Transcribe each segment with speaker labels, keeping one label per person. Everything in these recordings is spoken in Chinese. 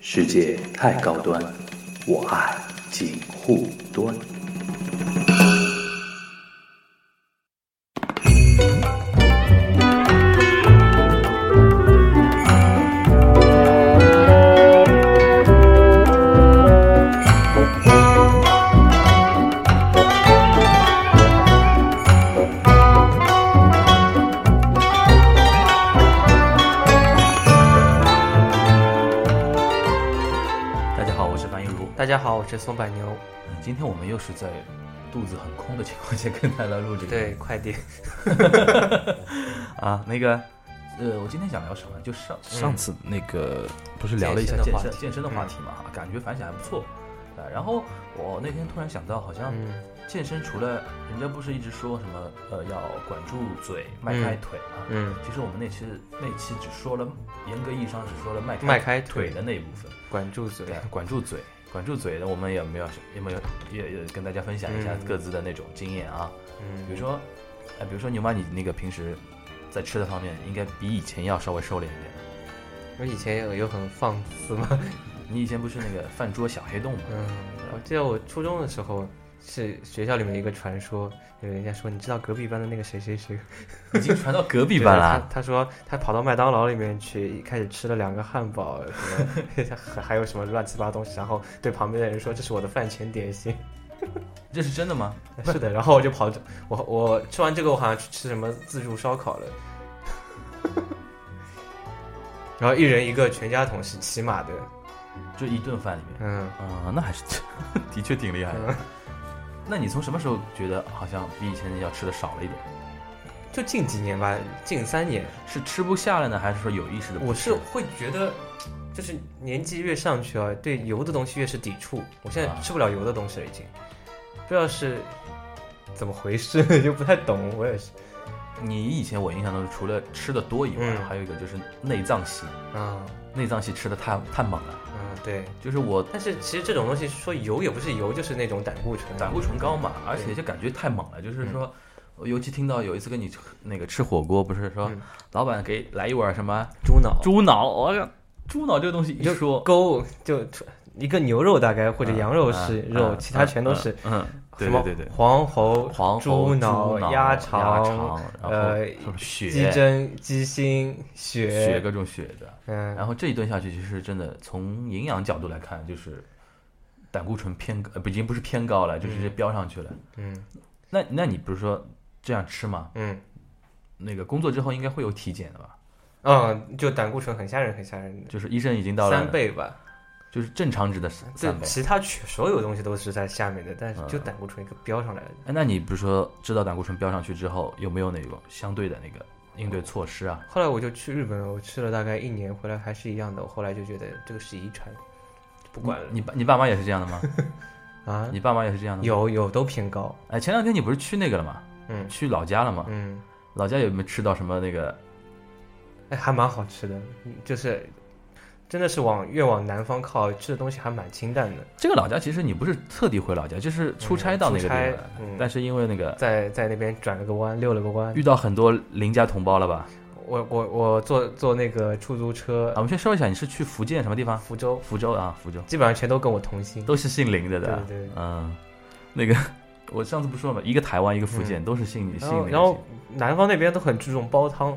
Speaker 1: 世界太高端，我爱锦护端。
Speaker 2: 大家好，我是樊一茹。
Speaker 3: 大家好，我是松柏牛。
Speaker 2: 嗯今天我们又是在肚子很空的情况下跟大家录这个。
Speaker 3: 对，快点。
Speaker 2: 啊，那个，呃，我今天想聊什么？就上上次那个、不是聊了一下
Speaker 3: 健
Speaker 2: 健
Speaker 3: 身的
Speaker 2: 身
Speaker 3: 话题嗯
Speaker 2: 健身的话题嘛，啊感觉反响还不错。啊，然后我那天突然想到，好像
Speaker 3: 嗯
Speaker 2: 健身除了人家不是一直说什么呃要管住嘴，迈开腿嘛。
Speaker 3: 嗯，
Speaker 2: 其实我们那期那期只说了，严格意义上只说了迈
Speaker 3: 迈开
Speaker 2: 腿
Speaker 3: 腿
Speaker 2: 的那一部分。
Speaker 3: 管住嘴
Speaker 2: 嗯对。，管住嘴，管住嘴的，我们也没有也没有也也跟大家分享一下
Speaker 3: 嗯
Speaker 2: 各自的那种经验啊。比如
Speaker 3: 嗯，
Speaker 2: 说，哎，比如说牛妈，你那个平时在吃的方面，应该比以前要稍微收敛一点。
Speaker 3: 我以前有有很放肆嘛。
Speaker 2: 你以前不是那个饭桌小黑洞吗？
Speaker 3: 嗯，我记得我初中的时候是学校里面一个传说，有人家说你知道隔壁班的那个谁谁谁
Speaker 2: 已经传到隔壁班
Speaker 3: 对
Speaker 2: 了。啊
Speaker 3: 他他说他跑到麦当劳里面去，一开始吃了两个汉堡， 什么还还有什么乱七八糟东西，然后对旁边的人说这是我的饭前点心。
Speaker 2: 这是真的吗？
Speaker 3: 是的，然后我就跑着，我我吃完这个，我好像去吃什么自助烧烤了，然后一人一个全家桶是起码的，
Speaker 2: 就一顿饭里面。
Speaker 3: 嗯，
Speaker 2: 啊、那还是 的确挺厉害的。那你从什么时候觉得好像比以前要吃的少了一点？
Speaker 3: 就近几年吧，近三年，
Speaker 2: 是吃不下了呢，还是说有意识的？
Speaker 3: 我是会觉得，就是年纪越上去啊，对油的东西越是抵触，我现
Speaker 2: 啊
Speaker 3: 在吃不了油的东西了，已经，不知道是怎么回事， 就不太懂，我也是，
Speaker 2: 你以前我印象中，除了吃的多以外，
Speaker 3: 嗯
Speaker 2: 还有一个就是内脏系，
Speaker 3: 嗯
Speaker 2: 内脏系吃的太太猛了。
Speaker 3: 嗯，对，
Speaker 2: 就是我
Speaker 3: 但是其实这种东西说油也不是油，就是那种胆固醇，啊
Speaker 2: 胆固醇高嘛，而且就感觉太猛了。就是
Speaker 3: 嗯
Speaker 2: 说，我尤其听到有一次跟你吃那个吃火锅，不是说
Speaker 3: 嗯
Speaker 2: 老板给来一碗什么
Speaker 3: 猪脑，
Speaker 2: 猪脑，我靠，猪脑这个东西一说
Speaker 3: 勾就一个牛肉大概或者羊肉是
Speaker 2: 嗯
Speaker 3: 肉，
Speaker 2: 嗯
Speaker 3: 其他全都是
Speaker 2: 嗯，嗯对
Speaker 3: 什么
Speaker 2: 对对对，
Speaker 3: 黄喉、
Speaker 2: 黄喉
Speaker 3: 猪
Speaker 2: 脑、
Speaker 3: 鸭
Speaker 2: 鸭
Speaker 3: 肠、
Speaker 2: 然后
Speaker 3: 呃
Speaker 2: 什么
Speaker 3: 鸡
Speaker 2: 血、
Speaker 3: 胗、鸡心、
Speaker 2: 血
Speaker 3: 血，
Speaker 2: 各种血的。
Speaker 3: 嗯，
Speaker 2: 然后这一顿下去，其实真的从营养角度来看，就是胆固醇偏高，呃不已经不是偏高了，就直接飙上去了。
Speaker 3: 嗯
Speaker 2: 那那你不是说这样吃吗？
Speaker 3: 嗯
Speaker 2: 那个工作之后应该会有体检的吧？
Speaker 3: 嗯，就胆固醇很吓人，很吓人的，
Speaker 2: 就是医生已经到了
Speaker 3: 三，倍吧。
Speaker 2: 就是正常值的三
Speaker 3: 这
Speaker 2: 三倍。
Speaker 3: 其他全所有东西都是在下面的，但是就
Speaker 2: 嗯
Speaker 3: 胆固醇一个飙上来了。
Speaker 2: 哎，那你不是说知道胆固醇飙上去之后，有没有那种相对的那个应对措施啊？
Speaker 3: 后来我就去日本了，我吃了大概一年，回来还是一样的。我后来就觉得这个是遗传，就不管了
Speaker 2: 你爸你爸妈也是这样的吗？
Speaker 3: 啊。
Speaker 2: 你爸妈也是这样的吗？
Speaker 3: 有有都偏高，
Speaker 2: 哎，前两天你不是去那个了吗？
Speaker 3: 嗯
Speaker 2: 去老家了吗？
Speaker 3: 嗯。
Speaker 2: 老家有没有吃到什么那个？
Speaker 3: 哎，还蛮好吃的，嗯就是真的是往越往南方靠，吃的东西还蛮清淡的。
Speaker 2: 这个老家其实你不是特地回老家，就是出差到那个地方来
Speaker 3: 嗯出差嗯
Speaker 2: 但是因为那个
Speaker 3: 在在那边转了个弯，溜了个弯
Speaker 2: 遇。到很多邻家同胞了吧？
Speaker 3: 我我我坐坐那个出租车呃
Speaker 2: 啊，我，们先说一下，你是去福建什么地方？
Speaker 3: 福州，
Speaker 2: 福州啊，福州
Speaker 3: 基本上全都跟我同姓。
Speaker 2: 都是姓林的的。
Speaker 3: 对对对
Speaker 2: 嗯，那个 我上次不说了吗？一个台湾，一个福建，都是姓姓
Speaker 3: 嗯然
Speaker 2: 那
Speaker 3: 后
Speaker 2: 个
Speaker 3: 然后南方那边都很注重煲汤，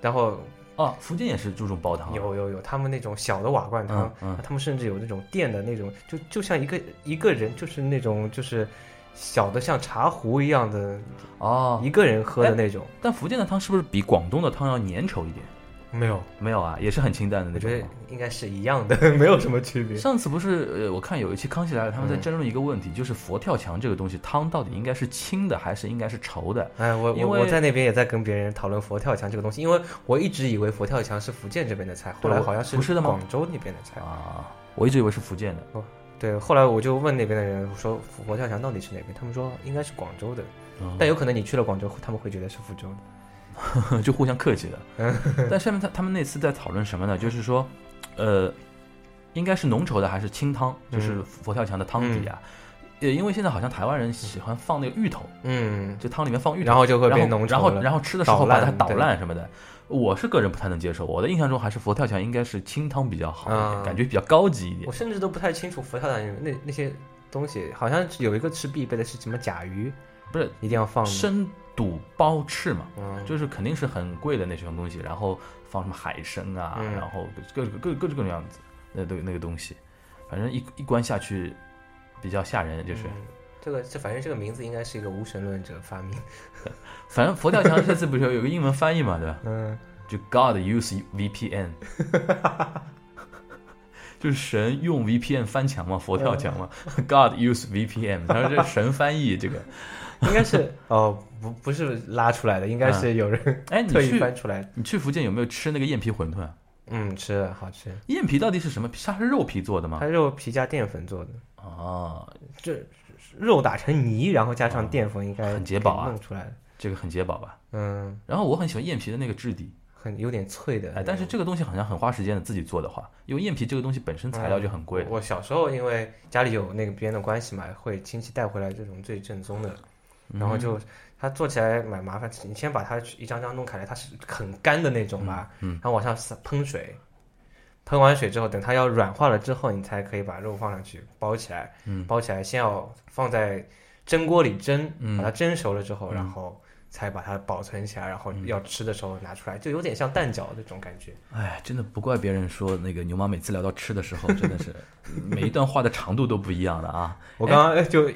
Speaker 3: 然后
Speaker 2: 哦，福建也是注重煲汤啊，
Speaker 3: 有有有他们那种小的瓦罐汤啊
Speaker 2: 嗯，嗯，
Speaker 3: 他们甚至有那种电的那种，就就像一个一个人就是那种就是小的像茶壶一样的，
Speaker 2: 哦，
Speaker 3: 一个人喝
Speaker 2: 哎
Speaker 3: 的那种。
Speaker 2: 但福建的汤是不是比广东的汤要粘稠一点？
Speaker 3: 没有，
Speaker 2: 没有啊，也是很清淡的那
Speaker 3: 我
Speaker 2: 种
Speaker 3: 觉得
Speaker 2: 吗。
Speaker 3: 应该是一样的， 没有什么区别。
Speaker 2: 上次不是呃，我看有一期《康熙来了》，他们在
Speaker 3: 嗯
Speaker 2: 争论一个问题，就是佛跳墙这个东西，汤到底应该是清的还是应该是稠的？
Speaker 3: 哎，我
Speaker 2: 因
Speaker 3: 我
Speaker 2: 为
Speaker 3: 我在那边也在跟别人讨论佛跳墙这个东西，因为我一直以为佛跳墙是福建这边的菜，后来
Speaker 2: 我
Speaker 3: 好像是
Speaker 2: 不是的吗
Speaker 3: 广州那边的菜。
Speaker 2: 啊，我一直以为是福建的。
Speaker 3: 对，后来我就问那边的人，我说佛跳墙到底是哪边？他们说应该是广州的，
Speaker 2: 嗯
Speaker 3: 哎但有可能你去了广州，他们会觉得是福州的。
Speaker 2: 就互相客气的。
Speaker 3: 嗯
Speaker 2: 但下面他他们那次在讨论什么呢？就是说，呃，应该是浓稠的还是清汤，就是
Speaker 3: 嗯
Speaker 2: 佛跳墙的汤底啊。呃，因为现在好像台湾人喜欢放那个芋头，
Speaker 3: 嗯，
Speaker 2: 就汤里面放芋头，
Speaker 3: 然后就会
Speaker 2: 然后
Speaker 3: 变浓稠
Speaker 2: 然后
Speaker 3: 了
Speaker 2: 然后吃的时候
Speaker 3: 捣烂
Speaker 2: 把它捣
Speaker 3: 对
Speaker 2: 烂什么的。我是个人不太能接受。我的印象中还是佛跳墙应该是清汤比较好一点，
Speaker 3: 嗯
Speaker 2: 感觉比较高级一点
Speaker 3: 我。甚至都不太清楚佛跳墙里面那那些东西，好像有一个吃必备的是什么甲鱼，
Speaker 2: 不是
Speaker 3: 一定要放的。
Speaker 2: 生肚包翅嘛，
Speaker 3: 嗯，
Speaker 2: 就是肯定是很贵的那种东西，然后放什么海参啊，
Speaker 3: 嗯
Speaker 2: 然后各各各各种各样子那都那个东西，反正一一关下去比较吓人，就是、
Speaker 3: 嗯这个这反正这个名字应该是一个无神论者发明。
Speaker 2: 反正佛跳墙这次不是有有个英文翻译嘛，对吧？
Speaker 3: 嗯，
Speaker 2: 就 God use VPN，就是神用 VPN 翻墙嘛，佛跳墙嘛。God
Speaker 3: 嗯
Speaker 2: use VPN，他说这神翻译这个。
Speaker 3: 应该 是哦，不不是拉出来的，应该是有人
Speaker 2: 哎，你
Speaker 3: 特意
Speaker 2: 去
Speaker 3: 翻出来的。
Speaker 2: 你去福建有没有吃那个燕皮馄饨啊？
Speaker 3: 嗯，吃了好吃，
Speaker 2: 燕皮到底是什么皮？它是肉皮做的吗
Speaker 3: 它？肉皮加淀粉做的，
Speaker 2: 哦，
Speaker 3: 这肉打成泥，然后加上淀粉，应该
Speaker 2: 啊很解饱啊
Speaker 3: 可以弄出来的。
Speaker 2: 这个很解饱吧？
Speaker 3: 嗯，
Speaker 2: 然后我很喜欢燕皮的那个质地，
Speaker 3: 很有点脆的那
Speaker 2: 哎，
Speaker 3: 种。
Speaker 2: 但是这个东西好像很花时间的，自己做的话，因为燕皮这个东西本身材料就很贵
Speaker 3: 我我小时候因为家里有那个边的关系嘛，会亲戚带回来这种最正宗的，然后
Speaker 2: 嗯
Speaker 3: 就它做起来蛮麻烦。你先把它一张张弄开来，它是很干的那种吧，
Speaker 2: 嗯嗯
Speaker 3: 然后往上撒喷水，喷完水之后，等它要软化了之后，你才可以把肉放上去包起来，
Speaker 2: 嗯
Speaker 3: 包起来先要放在蒸锅里蒸，
Speaker 2: 嗯
Speaker 3: 把它蒸熟了之后，
Speaker 2: 嗯
Speaker 3: 然后。才把它保存起来，然后
Speaker 2: 嗯
Speaker 3: 要吃的时候拿出来，就有点像蛋饺那种感觉。
Speaker 2: 哎，真的不怪别人说那个牛妈每次聊到吃的时 候，真的是每一段话的长度都不一样的啊。
Speaker 3: 我刚刚哎就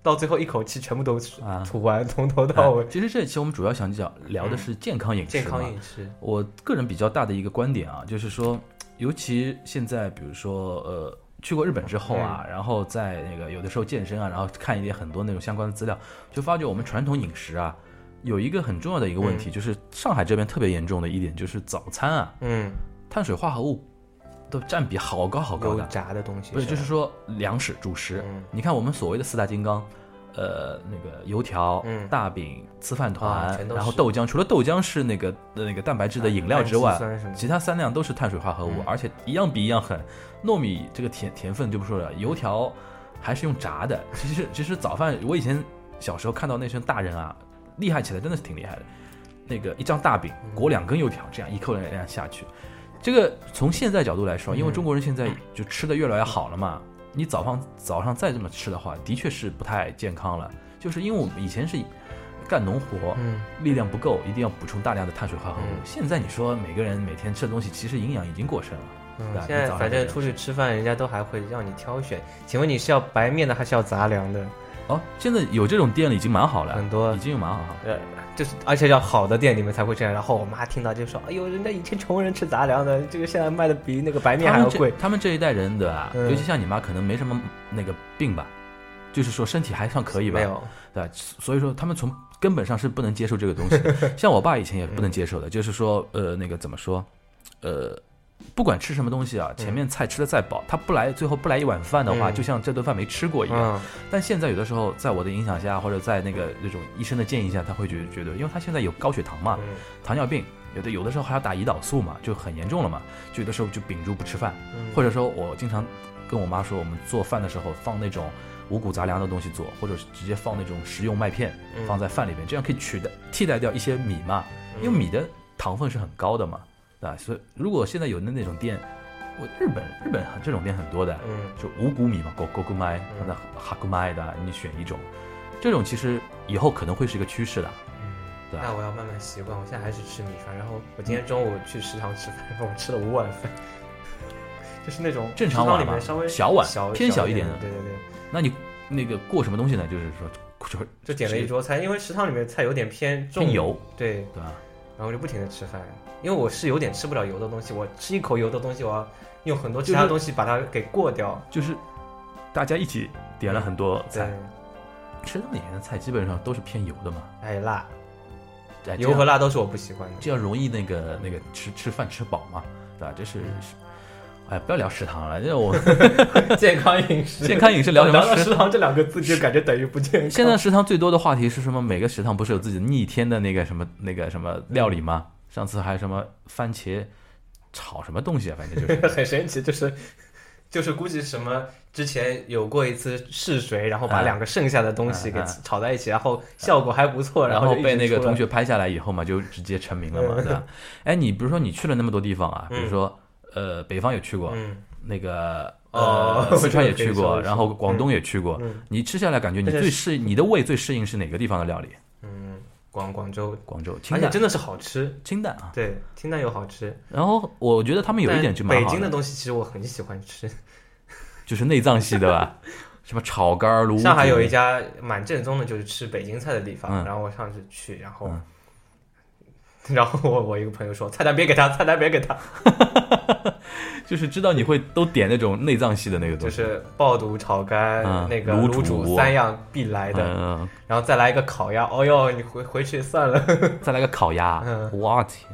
Speaker 3: 到最后一口气全部都
Speaker 2: 啊
Speaker 3: 吐完，从头到尾
Speaker 2: 哎。其实这期我们主要想讲聊的是健康饮食
Speaker 3: 健
Speaker 2: 嘛。
Speaker 3: 康饮食，
Speaker 2: 我个人比较大的一个观点啊，就是说，尤其现在，比如说，呃，去过日本之后啊，
Speaker 3: 嗯
Speaker 2: 然后在那个有的时候健身啊，然后看一点很多那种相关的资料，就发觉我们传统饮食啊，有一个很重要的一个问题，就是上海这边特别严重的一点，就是早餐啊，
Speaker 3: 嗯，
Speaker 2: 碳水化合物的占比好高好高
Speaker 3: 油
Speaker 2: 的，
Speaker 3: 嗯炸的东西吧，
Speaker 2: 不是就是说粮食主食，
Speaker 3: 嗯
Speaker 2: 你看我们所谓的四大金刚。呃，那个油条、
Speaker 3: 嗯
Speaker 2: 大饼、吃饭团
Speaker 3: 啊，全都是
Speaker 2: 然后豆浆，除了豆浆是那个那个蛋白质的饮料之外
Speaker 3: 啊氨基，酸什么的
Speaker 2: 其他三样都是碳水化合物，
Speaker 3: 嗯
Speaker 2: 而且一样比一样狠。糯米这个甜甜分就不说了，油条还是用炸的。其实其实早饭，我以前小时候看到那些大人啊，厉害起来真的是挺厉害的。那个一张大饼
Speaker 3: 嗯
Speaker 2: 裹两根油条，这样一口两样下去。这个从现在角度来说，因为
Speaker 3: 嗯
Speaker 2: 中国人现在就吃的越来越好了嘛，你早上早上再这么吃的话，的确是不太健康了。就是因为我们以前是干农活，
Speaker 3: 嗯，
Speaker 2: 力量不够，一定要补充大量的碳水化合物。
Speaker 3: 嗯
Speaker 2: 现在你说每个人每天吃的东西，其实营养已经过剩了，对啊
Speaker 3: 嗯
Speaker 2: 吧？
Speaker 3: 现在反正出
Speaker 2: 去
Speaker 3: 去吃饭，人家都还会让你挑选。请问你是要白面的还是要杂粮的？
Speaker 2: 哦，现在有这种店了，已经蛮好了，
Speaker 3: 很多
Speaker 2: 已经有蛮好了。
Speaker 3: 呃，就是而且要好的店你们才会这样。然后我妈听到就说：“哎呦，人家以前穷人吃杂粮的，这个现在卖的比那个白面
Speaker 2: 他
Speaker 3: 还要
Speaker 2: 们这
Speaker 3: 贵。
Speaker 2: 他们这一代人，对吧？
Speaker 3: 嗯
Speaker 2: 尤其像你妈，可能没什么那个病吧，就是说身体还算可”以吧，
Speaker 3: 没有，
Speaker 2: 对吧？所以说他们从根本上是不能接受这个东 西。像我爸以前也不能接受
Speaker 3: 嗯
Speaker 2: 的，就是说，呃，那个怎么说，呃。不管吃什么东西啊，前面菜吃的再饱，他不来，最后不来一碗饭的话，
Speaker 3: 嗯
Speaker 2: 就像这顿饭没吃过一样。
Speaker 3: 嗯，
Speaker 2: 但现在有的时候，在我的影响下，或者在那个那种医生的建议下，他会觉觉得，因为他现在有高血糖嘛，
Speaker 3: 嗯
Speaker 2: 糖尿病，有的有的时候还要打胰岛素嘛，就很严重了嘛，就有的时候就屏住不吃饭，
Speaker 3: 嗯
Speaker 2: 或者说我经常跟我妈说，我们做饭的时候放那种五谷杂粮的东西做，或者是直接放那种食用麦片
Speaker 3: 嗯
Speaker 2: 放在饭里面，这样可以取代替代掉一些米嘛，因为米的糖分是很高的嘛，啊，所以如果现在有的那种店，我日本日本这种店很多的，
Speaker 3: 嗯
Speaker 2: 就五谷米嘛，狗狗谷麦，它的哈谷麦的，你选一种，这种其实以后可能会是一个趋势的，对啊
Speaker 3: 那
Speaker 2: 吧？
Speaker 3: 我要慢慢习惯。我现在还是吃米饭，然后我今天中午去食堂吃饭，然后我吃了五碗饭， 就是那种
Speaker 2: 正常
Speaker 3: 食堂
Speaker 2: 碗
Speaker 3: 里面
Speaker 2: 嘛
Speaker 3: 稍微
Speaker 2: 小碗
Speaker 3: 小
Speaker 2: 偏
Speaker 3: 小
Speaker 2: 小一点
Speaker 3: 的，
Speaker 2: 的
Speaker 3: 对对对，
Speaker 2: 那你那个过什么东西呢？就是说，就是
Speaker 3: 就点了一桌菜，因为食堂里面菜有点偏重
Speaker 2: 偏，油，
Speaker 3: 对，
Speaker 2: 对吧？
Speaker 3: 然后就不停的吃饭，因为我是有点吃不了油的东西，我吃一口油的东西，我要用很多其
Speaker 2: 就
Speaker 3: 他
Speaker 2: 是
Speaker 3: 东西把它给过掉，
Speaker 2: 就是大家一起点了很多
Speaker 3: 对
Speaker 2: 菜，，食堂里面的菜基本上都是偏油的嘛，
Speaker 3: 还有辣，
Speaker 2: 哎
Speaker 3: 油和辣都是我不喜欢的，
Speaker 2: 这样容易那个那个吃吃饭吃饱嘛，对吧？这是
Speaker 3: 嗯
Speaker 2: 是，哎，不要聊食堂了，因为我
Speaker 3: 健康饮 食
Speaker 2: 健康饮食聊什么
Speaker 3: 到
Speaker 2: 食
Speaker 3: 食堂这两个字就感觉等于不健康。
Speaker 2: 现 在食堂最多的话题是什么？每个食堂不是有自己逆天的那个什么那个什么料理吗？ 上次还什么番茄炒什么东西啊？反正就是
Speaker 3: 很神奇，就是就是估计什么之前有过一次试水，然后把
Speaker 2: 啊
Speaker 3: 两个剩下的东西给
Speaker 2: 啊啊
Speaker 3: 炒在一起，然后效果还不错，
Speaker 2: 然
Speaker 3: 后
Speaker 2: 后
Speaker 3: 就一直
Speaker 2: 被那个
Speaker 3: 出来
Speaker 2: 同学拍下来以后嘛，就直接成名了嘛， 对吧？哎，你比如说你去了那么多地方啊，比如说呃北方也去过，
Speaker 3: 嗯，
Speaker 2: 那个
Speaker 3: 哦
Speaker 2: 呃四川也
Speaker 3: 这个
Speaker 2: 去
Speaker 3: 可以说
Speaker 2: 过，
Speaker 3: 是
Speaker 2: 然后广东也去过
Speaker 3: 嗯，
Speaker 2: 你吃下来感觉你
Speaker 3: 而且
Speaker 2: 最适你的胃最适应是哪个地方的料理？
Speaker 3: 广广州，
Speaker 2: 广州清
Speaker 3: 而且
Speaker 2: 淡
Speaker 3: 真的是好吃，
Speaker 2: 清淡啊，
Speaker 3: 对，清淡又好吃。
Speaker 2: 然后我觉得他们有一点就
Speaker 3: 但
Speaker 2: 蛮
Speaker 3: 北
Speaker 2: 好
Speaker 3: 京的
Speaker 2: 的，
Speaker 3: 东西其实我很喜欢吃，
Speaker 2: 就是内脏系的吧，什么炒肝儿、卤
Speaker 3: 上海
Speaker 2: 煮
Speaker 3: 有一家蛮正宗的，就是吃北京菜的地方。
Speaker 2: 嗯
Speaker 3: 然后我上次去，然后，
Speaker 2: 嗯
Speaker 3: 然后我我一个朋友说，菜单别给他，菜单别给他，
Speaker 2: 就是知道你会都点那种内脏系的那个东
Speaker 3: 就
Speaker 2: 西，
Speaker 3: 是爆肚、炒肝、
Speaker 2: 嗯
Speaker 3: 那个
Speaker 2: 卤
Speaker 3: 卤
Speaker 2: 煮
Speaker 3: 三样必来的，
Speaker 2: 嗯，
Speaker 3: 然后再来一个烤鸭。哦哟，你回回去算了，
Speaker 2: 嗯再来个烤鸭，
Speaker 3: 嗯
Speaker 2: 我天！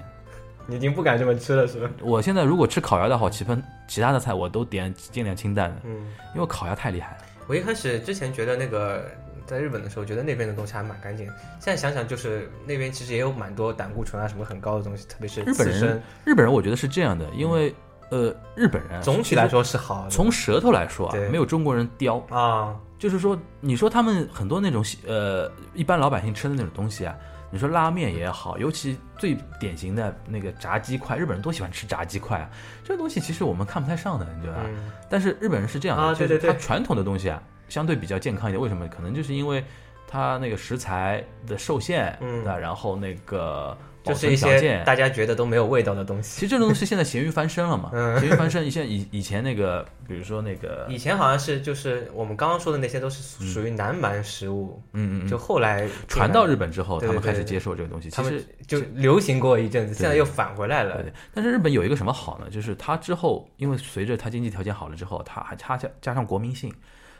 Speaker 3: 你已经不敢这么吃了，是吧？
Speaker 2: 我现在如果吃烤鸭的话，其他其他的菜我都点尽量清淡的，
Speaker 3: 嗯，
Speaker 2: 因为烤鸭太厉害了。
Speaker 3: 我一开始之前觉得那个在日本的时候，觉得那边的东西还蛮干净。现在想想，就是那边其实也有蛮多胆固醇啊什么很高的东西，特别是
Speaker 2: 日本
Speaker 3: 刺身
Speaker 2: 人，日本人我觉得是这样的，因为呃，日本人
Speaker 3: 嗯总体来，说是好的。
Speaker 2: 从舌头来说啊
Speaker 3: 对，
Speaker 2: 没有中国人刁。
Speaker 3: 啊，
Speaker 2: 就是说，你说他们很多那种呃，一般老百姓吃的那种东西啊，你说拉面也好，尤其最典型的那个炸鸡块，日本人多喜欢吃炸鸡块啊，这个东西其实我们看不太上的，你知道吧？
Speaker 3: 嗯，
Speaker 2: 但是日本人是这样的，
Speaker 3: 啊
Speaker 2: 就
Speaker 3: 对
Speaker 2: 是
Speaker 3: 对对
Speaker 2: 他传统的东西啊，相对比较健康一点。为什么？可能就是因为他那个食材的受限，
Speaker 3: 嗯
Speaker 2: 那然后那个保
Speaker 3: 就是
Speaker 2: 存
Speaker 3: 一
Speaker 2: 条
Speaker 3: 些
Speaker 2: 件。
Speaker 3: 大家觉得都没有味道的东
Speaker 2: 其
Speaker 3: 西。
Speaker 2: 实这种东西现在咸鱼翻身了嘛，
Speaker 3: 嗯
Speaker 2: 咸鱼翻身，现以以前那个，比如说那个，
Speaker 3: 以前好像是就是我们刚刚说的那些都是属属于南蛮食物，
Speaker 2: 嗯嗯嗯，
Speaker 3: 就后来
Speaker 2: 传到日本之后，
Speaker 3: 对
Speaker 2: 他
Speaker 3: 对
Speaker 2: 们开
Speaker 3: 对
Speaker 2: 始
Speaker 3: 对
Speaker 2: 接受这个东西。
Speaker 3: 他
Speaker 2: 其实
Speaker 3: 们就流行过一阵子，
Speaker 2: 对
Speaker 3: 现在又返回来了
Speaker 2: 对。对，但是日本有一个什么好呢？就是它之后，因为随着它经济条件好了之后，它还加加加上国民性，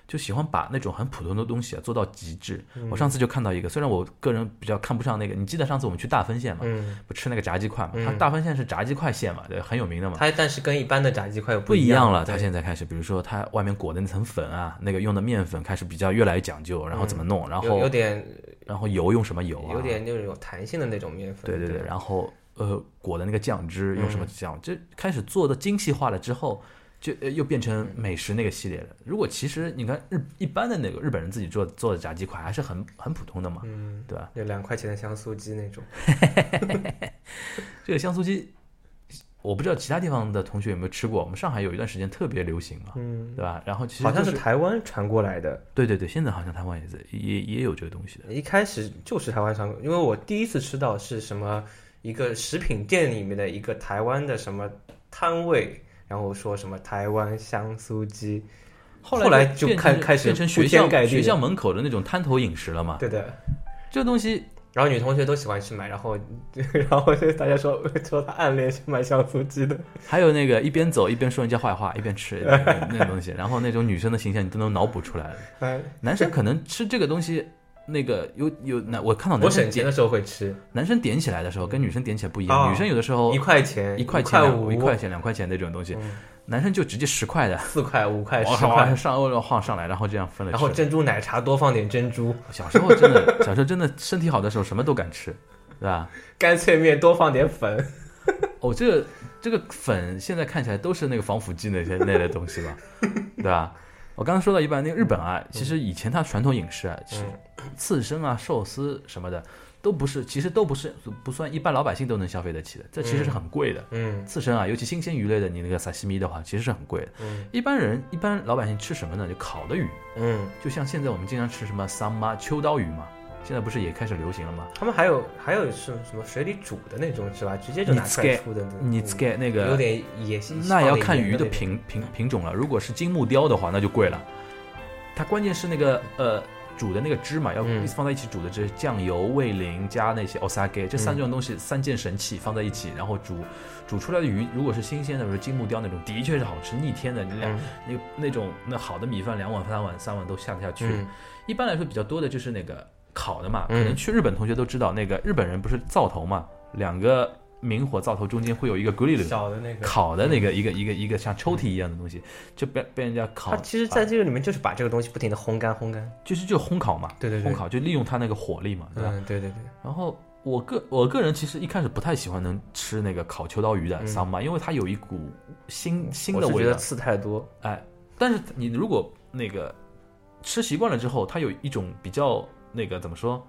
Speaker 2: 就喜欢把那种很普通的东西啊做到极致。我上次就看到一个，虽然我个人比较看不上那个，你记得上次我们去大分县嘛，
Speaker 3: 嗯，
Speaker 2: 不吃那个炸鸡块嘛？
Speaker 3: 嗯
Speaker 2: 它大分县是炸鸡块县嘛，对，很有名的嘛。
Speaker 3: 它但是跟一般的炸鸡块又
Speaker 2: 不一
Speaker 3: 一
Speaker 2: 样
Speaker 3: 样
Speaker 2: 了，它
Speaker 3: 对
Speaker 2: 现在开始，比如说它外面裹的那层粉啊，那个用的面粉开始比较越来越讲究，然后怎么弄，然
Speaker 3: 有有
Speaker 2: 后
Speaker 3: 点
Speaker 2: 然后油用什么油啊，
Speaker 3: 有点就是有弹性的那种面粉。
Speaker 2: 对对对，
Speaker 3: 吧
Speaker 2: 然后呃裹的那个酱汁用
Speaker 3: 嗯
Speaker 2: 什么酱，就开始做的精细化了之后，就、呃、又变
Speaker 3: 嗯
Speaker 2: 成美食那个系列了。如果其实你看日一般的那个日本人自己做做的炸鸡块还是很很普通的嘛，
Speaker 3: 嗯，
Speaker 2: 对吧？
Speaker 3: 有两块钱的香酥鸡那种。
Speaker 2: 这个香酥鸡，我不知道其他地方的同学有没有吃过，我们上海有一段时间特别流行嘛，
Speaker 3: 嗯，
Speaker 2: 对吧？然后其实、
Speaker 3: 好像
Speaker 2: 是
Speaker 3: 是台湾传过来的，
Speaker 2: 对对对，现在好像台湾也在也也有这个东西的，
Speaker 3: 一开始就是台湾传过，因为我第一次吃到是什么一个食品店里面的一个台湾的什么摊位。然后说什么台湾香酥鸡，
Speaker 2: 后
Speaker 3: 后来
Speaker 2: 变
Speaker 3: 就
Speaker 2: 变
Speaker 3: 开
Speaker 2: 成
Speaker 3: 开始
Speaker 2: 变成
Speaker 3: 铺
Speaker 2: 学
Speaker 3: 天
Speaker 2: 校
Speaker 3: 盖地
Speaker 2: 学
Speaker 3: 的
Speaker 2: 校门口的那种滩头饮食了嘛，
Speaker 3: 对的。
Speaker 2: 这个东西
Speaker 3: 然后女同学都喜欢去买，然后 然后就大家说说她暗恋是买香酥鸡的，
Speaker 2: 还有那个一边走一边说人家坏话，一边吃那个那个东西，然后那种女生的形象你都能脑补出来了。
Speaker 3: 哎，
Speaker 2: 男生可能吃这个东西，那个有有男我看到
Speaker 3: 我
Speaker 2: 男生
Speaker 3: 省
Speaker 2: 哦
Speaker 3: 钱
Speaker 2: 点
Speaker 3: 的时候会吃，
Speaker 2: 男生点起来的时候跟女生点起来不一样，
Speaker 3: 哦
Speaker 2: 女生有的时候
Speaker 3: 一块钱、
Speaker 2: 一
Speaker 3: 块
Speaker 2: 块
Speaker 3: 钱、
Speaker 2: 钱
Speaker 3: 两
Speaker 2: 两
Speaker 3: 五
Speaker 2: 一块钱两块钱那种东西，
Speaker 3: 嗯
Speaker 2: 男生就直接十块的，
Speaker 3: 四块、五块、
Speaker 2: 往
Speaker 3: 十
Speaker 2: 上
Speaker 3: 块
Speaker 2: 往，上往上晃上来，然后这样分了
Speaker 3: 然后
Speaker 2: 吃。
Speaker 3: 珍珠奶茶多放点珍珠，
Speaker 2: 小时候真的小时候真的身体好的时候什么都敢吃，对吧？
Speaker 3: 干脆面多放点粉。
Speaker 2: 哦，这个这个粉现在看起来都是那个防腐剂那些那类的东西吧，对吧？我刚刚说到一半，那个日本啊，其实以前它传统饮食啊，其实刺身啊、寿司什么的，都不是，其实都不是不算一般老百姓都能消费得起的，这其实是很贵的。
Speaker 3: 嗯
Speaker 2: 刺身啊，尤其新鲜鱼类的，你那个萨西米的话，其实是很贵的。
Speaker 3: 嗯
Speaker 2: 一般人一般老百姓吃什么呢？就烤的鱼，
Speaker 3: 嗯，
Speaker 2: 就像现在我们经常吃什么桑妈秋刀鱼嘛，现在不是也开始流行了吗？
Speaker 3: 他们还有还有是什么水里煮的那种是吧？直接就拿出来出的那种。
Speaker 2: 你
Speaker 3: 嗯
Speaker 2: 给那个
Speaker 3: 有点野性，
Speaker 2: 那也要看
Speaker 3: 放点
Speaker 2: 鱼
Speaker 3: 盐
Speaker 2: 的
Speaker 3: 的
Speaker 2: 品品品种了。如果是金木雕的话，那就贵了。它关键是那个呃煮的那个汁嘛，要
Speaker 3: 嗯
Speaker 2: 一放在一起煮的汁，酱油、味淋加那些 osage 这
Speaker 3: 嗯
Speaker 2: 三种东西、三件神器放在一起，然后煮煮出来的鱼，如果是新鲜的，比如金木雕那种，的确是好吃，逆天的，你
Speaker 3: 那
Speaker 2: 两、
Speaker 3: 种。
Speaker 2: 那那种那好的米饭两碗、三碗、三碗都下得下去。
Speaker 3: 嗯
Speaker 2: 一般来说比较多的就是那个烤的嘛，可
Speaker 3: 嗯
Speaker 2: 能去日本同学都知道，那个日本人不是灶头嘛，两个明火灶头中间会有一个 grill
Speaker 3: 嗯，小的那个。
Speaker 2: 烤的那个一个一个一个像抽屉一样的东西，就被被人家烤啊
Speaker 3: 它，其实在这个里面就是把这个东西不停的烘干烘干。
Speaker 2: 就是就烘烤嘛，
Speaker 3: 对对对
Speaker 2: 烘烤就利用它那个火力嘛，对吧？
Speaker 3: 嗯，对对对。
Speaker 2: 然后我个我个人其实一开始不太喜欢能吃那个烤秋刀鱼的桑巴，因为它有一股腥腥
Speaker 3: 嗯我
Speaker 2: 的
Speaker 3: 是
Speaker 2: 味
Speaker 3: 觉
Speaker 2: 道
Speaker 3: 得。刺太多，
Speaker 2: 哎，但是你如果那个吃习惯了之后，它有一种比较那个怎么说，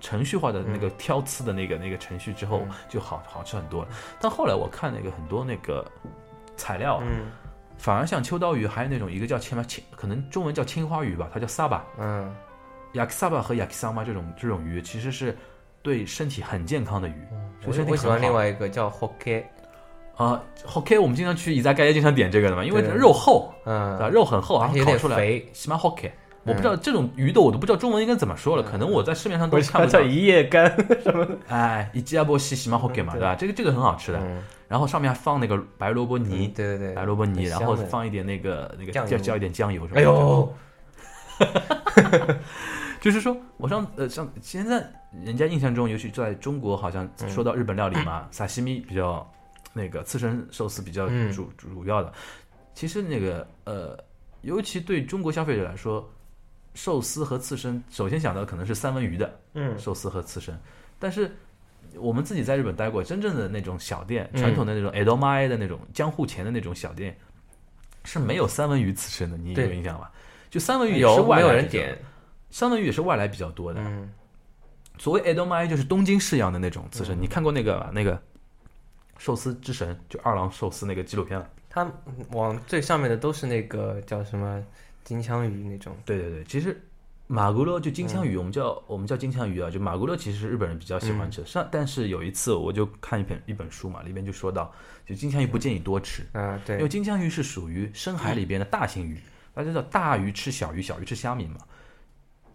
Speaker 2: 程序化的那个挑刺的那个、那个程序之后
Speaker 3: 嗯，
Speaker 2: 就好好吃很多了。但后来我看那个很多那个材料，啊
Speaker 3: 嗯
Speaker 2: 反而像秋刀鱼，还有那种一个叫青蛙青，可能中文叫青花鱼吧，它叫 saba。
Speaker 3: 嗯，
Speaker 2: 雅克萨巴和雅克萨玛这种这种鱼，其实是对身体很健康的鱼，所
Speaker 3: 我
Speaker 2: 以身体
Speaker 3: 我喜欢
Speaker 2: 很好
Speaker 3: 另外一个叫 h o k e
Speaker 2: 啊。OK，我们经常去宜家街经常点这个的嘛，因为
Speaker 3: 对
Speaker 2: 肉厚，
Speaker 3: 嗯，
Speaker 2: 啊，肉很厚，然
Speaker 3: 而
Speaker 2: 后
Speaker 3: 且有
Speaker 2: 烤
Speaker 3: 点
Speaker 2: 出来
Speaker 3: 肥，嗯
Speaker 2: 喜欢 OK。我不知道这种鱼的，我都不知道中文应该怎么说了，可能我在市面上都
Speaker 3: 我
Speaker 2: 看
Speaker 3: 想
Speaker 2: 不到
Speaker 3: 叫。一夜干什么的，
Speaker 2: 哎，以吉亚波西喜欢 OK 嘛，
Speaker 3: 嗯
Speaker 2: 对吧？这个这个很好吃的，嗯
Speaker 3: 嗯
Speaker 2: 然后上面还放那个白萝卜
Speaker 3: 对
Speaker 2: 泥，
Speaker 3: 对对，
Speaker 2: 白萝卜泥，
Speaker 3: 很
Speaker 2: 然
Speaker 3: 香
Speaker 2: 后
Speaker 3: 的
Speaker 2: 放一点那个那个
Speaker 3: 酱
Speaker 2: 加
Speaker 3: 油
Speaker 2: 加一点酱油什么的。
Speaker 3: 哎呦，
Speaker 2: 就是说，我上呃上现在人家印象中，尤其在中国，好像说到日本料理嘛，萨西米比较那个刺身寿司比较
Speaker 3: 嗯
Speaker 2: 主、主要的。其实那个呃，尤其对中国消费者来说，寿司和刺身首先想到的可能是三文鱼的
Speaker 3: 嗯
Speaker 2: 寿司和刺身，但是。我们自己在日本待过，真正的那种小店，
Speaker 3: 嗯
Speaker 2: 传统的那种 edomae 的那种江户前的那种小店，是没有三文鱼刺身的，你有
Speaker 3: 对
Speaker 2: 印象吧？就三文鱼也是
Speaker 3: 有
Speaker 2: 外
Speaker 3: 哎没有
Speaker 2: 来
Speaker 3: 人
Speaker 2: 比较
Speaker 3: 点？
Speaker 2: 相当于也是外来比较多的。
Speaker 3: 嗯，
Speaker 2: 所谓 edomae 就是东京式样的那种刺
Speaker 3: 嗯
Speaker 2: 身，你看过那个吧那个寿司之神，就二郎寿司那个纪录片了。
Speaker 3: 它往最上面的都是那个叫什么金枪鱼那种，
Speaker 2: 对对对，其实马古罗就金枪鱼，我们
Speaker 3: 嗯
Speaker 2: 叫我们叫金枪鱼啊，就马古罗其实是日本人比较喜欢吃。上、但是有一次我就看一本一本书嘛，里面就说到，就金枪鱼不建议多吃，
Speaker 3: 啊，对
Speaker 2: 因为，金枪鱼是属于深海里边的大型鱼，
Speaker 3: 嗯
Speaker 2: 大家知道大鱼吃小鱼，小鱼吃虾米嘛。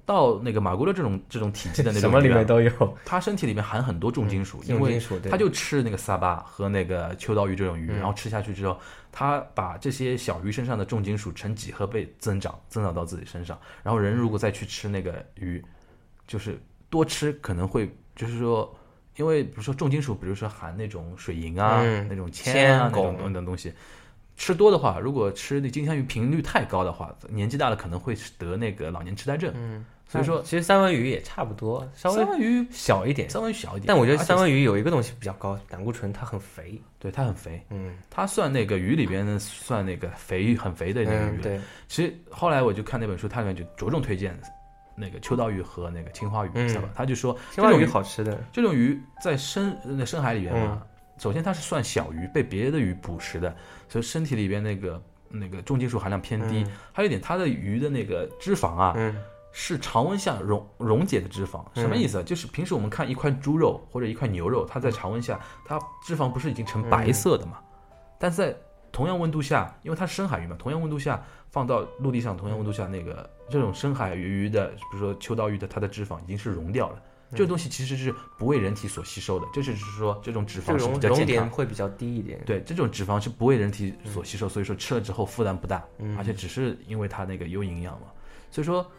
Speaker 2: 到那个马古罗这种这种体积的那种
Speaker 3: 什么里
Speaker 2: 鱼啊
Speaker 3: 面都有，
Speaker 2: 它身体里面含很多重金属，
Speaker 3: 重
Speaker 2: 因为
Speaker 3: 金属对嗯
Speaker 2: 它就吃那个萨巴和那个秋刀鱼这种鱼，然后吃下去之后，它把这些小鱼身上的重金属成几何倍增长，增长到自己身上。然后人如果再去吃那个鱼，就是多吃可能会就是说，因为比如说重金属，比如说含那种水银啊、
Speaker 3: 嗯
Speaker 2: 那种铅啊那
Speaker 3: 铅
Speaker 2: 种
Speaker 3: 汞
Speaker 2: 等等东西。吃多的话，如果吃那金枪鱼频率太高的话，年纪大了可能会得那个老年痴呆症。
Speaker 3: 嗯，
Speaker 2: 所以说
Speaker 3: 但其实三文鱼也差不多，稍微
Speaker 2: 三文鱼，
Speaker 3: 小一点，
Speaker 2: 三文鱼小一点，
Speaker 3: 但我觉得
Speaker 2: 而且
Speaker 3: 三文鱼有一个东西比较高，胆固醇它很肥，
Speaker 2: 对它很肥，
Speaker 3: 嗯
Speaker 2: 它算那个鱼里边的，算那个肥很肥的那个鱼。
Speaker 3: 嗯，，对，
Speaker 2: 其实后来我就看那本书，它里面就着重推荐那个秋刀鱼和那个青花鱼，
Speaker 3: 嗯
Speaker 2: 知道吧？他就说这
Speaker 3: 青花
Speaker 2: 种
Speaker 3: 鱼
Speaker 2: 鱼，
Speaker 3: 好吃的，
Speaker 2: 这种鱼在深那深海里边嘛，
Speaker 3: 嗯
Speaker 2: 首先它是算小鱼，被别的鱼捕食的，所以身体里边那个那个重金属含量偏低。还有一点，它的鱼的那个脂肪啊，
Speaker 3: 嗯
Speaker 2: 是常温下溶溶解的脂肪，
Speaker 3: 嗯
Speaker 2: 什么意思啊？就是平时我们看一块猪肉或者一块牛肉，它在常温下，它脂肪不是已经成白色的嘛？
Speaker 3: 嗯
Speaker 2: 但是在同样温度下，因为它是深海鱼嘛，同样温度下放到陆地上，同样温度下，那个这种深海鱼的，比如说秋刀鱼的，它的脂肪已经是溶掉了。
Speaker 3: 嗯
Speaker 2: 这个东西其实是不为人体所吸收的，这就是说这种脂
Speaker 3: 就
Speaker 2: 肪是比
Speaker 3: 熔
Speaker 2: 较
Speaker 3: 熔
Speaker 2: 健
Speaker 3: 点嗯
Speaker 2: 康。
Speaker 3: 会比较低一点，
Speaker 2: 对，这种脂肪是不为人体所吸收，所以说吃了之后负担不大。
Speaker 3: 嗯
Speaker 2: 而且只是因为它那个有营养嘛。所以说，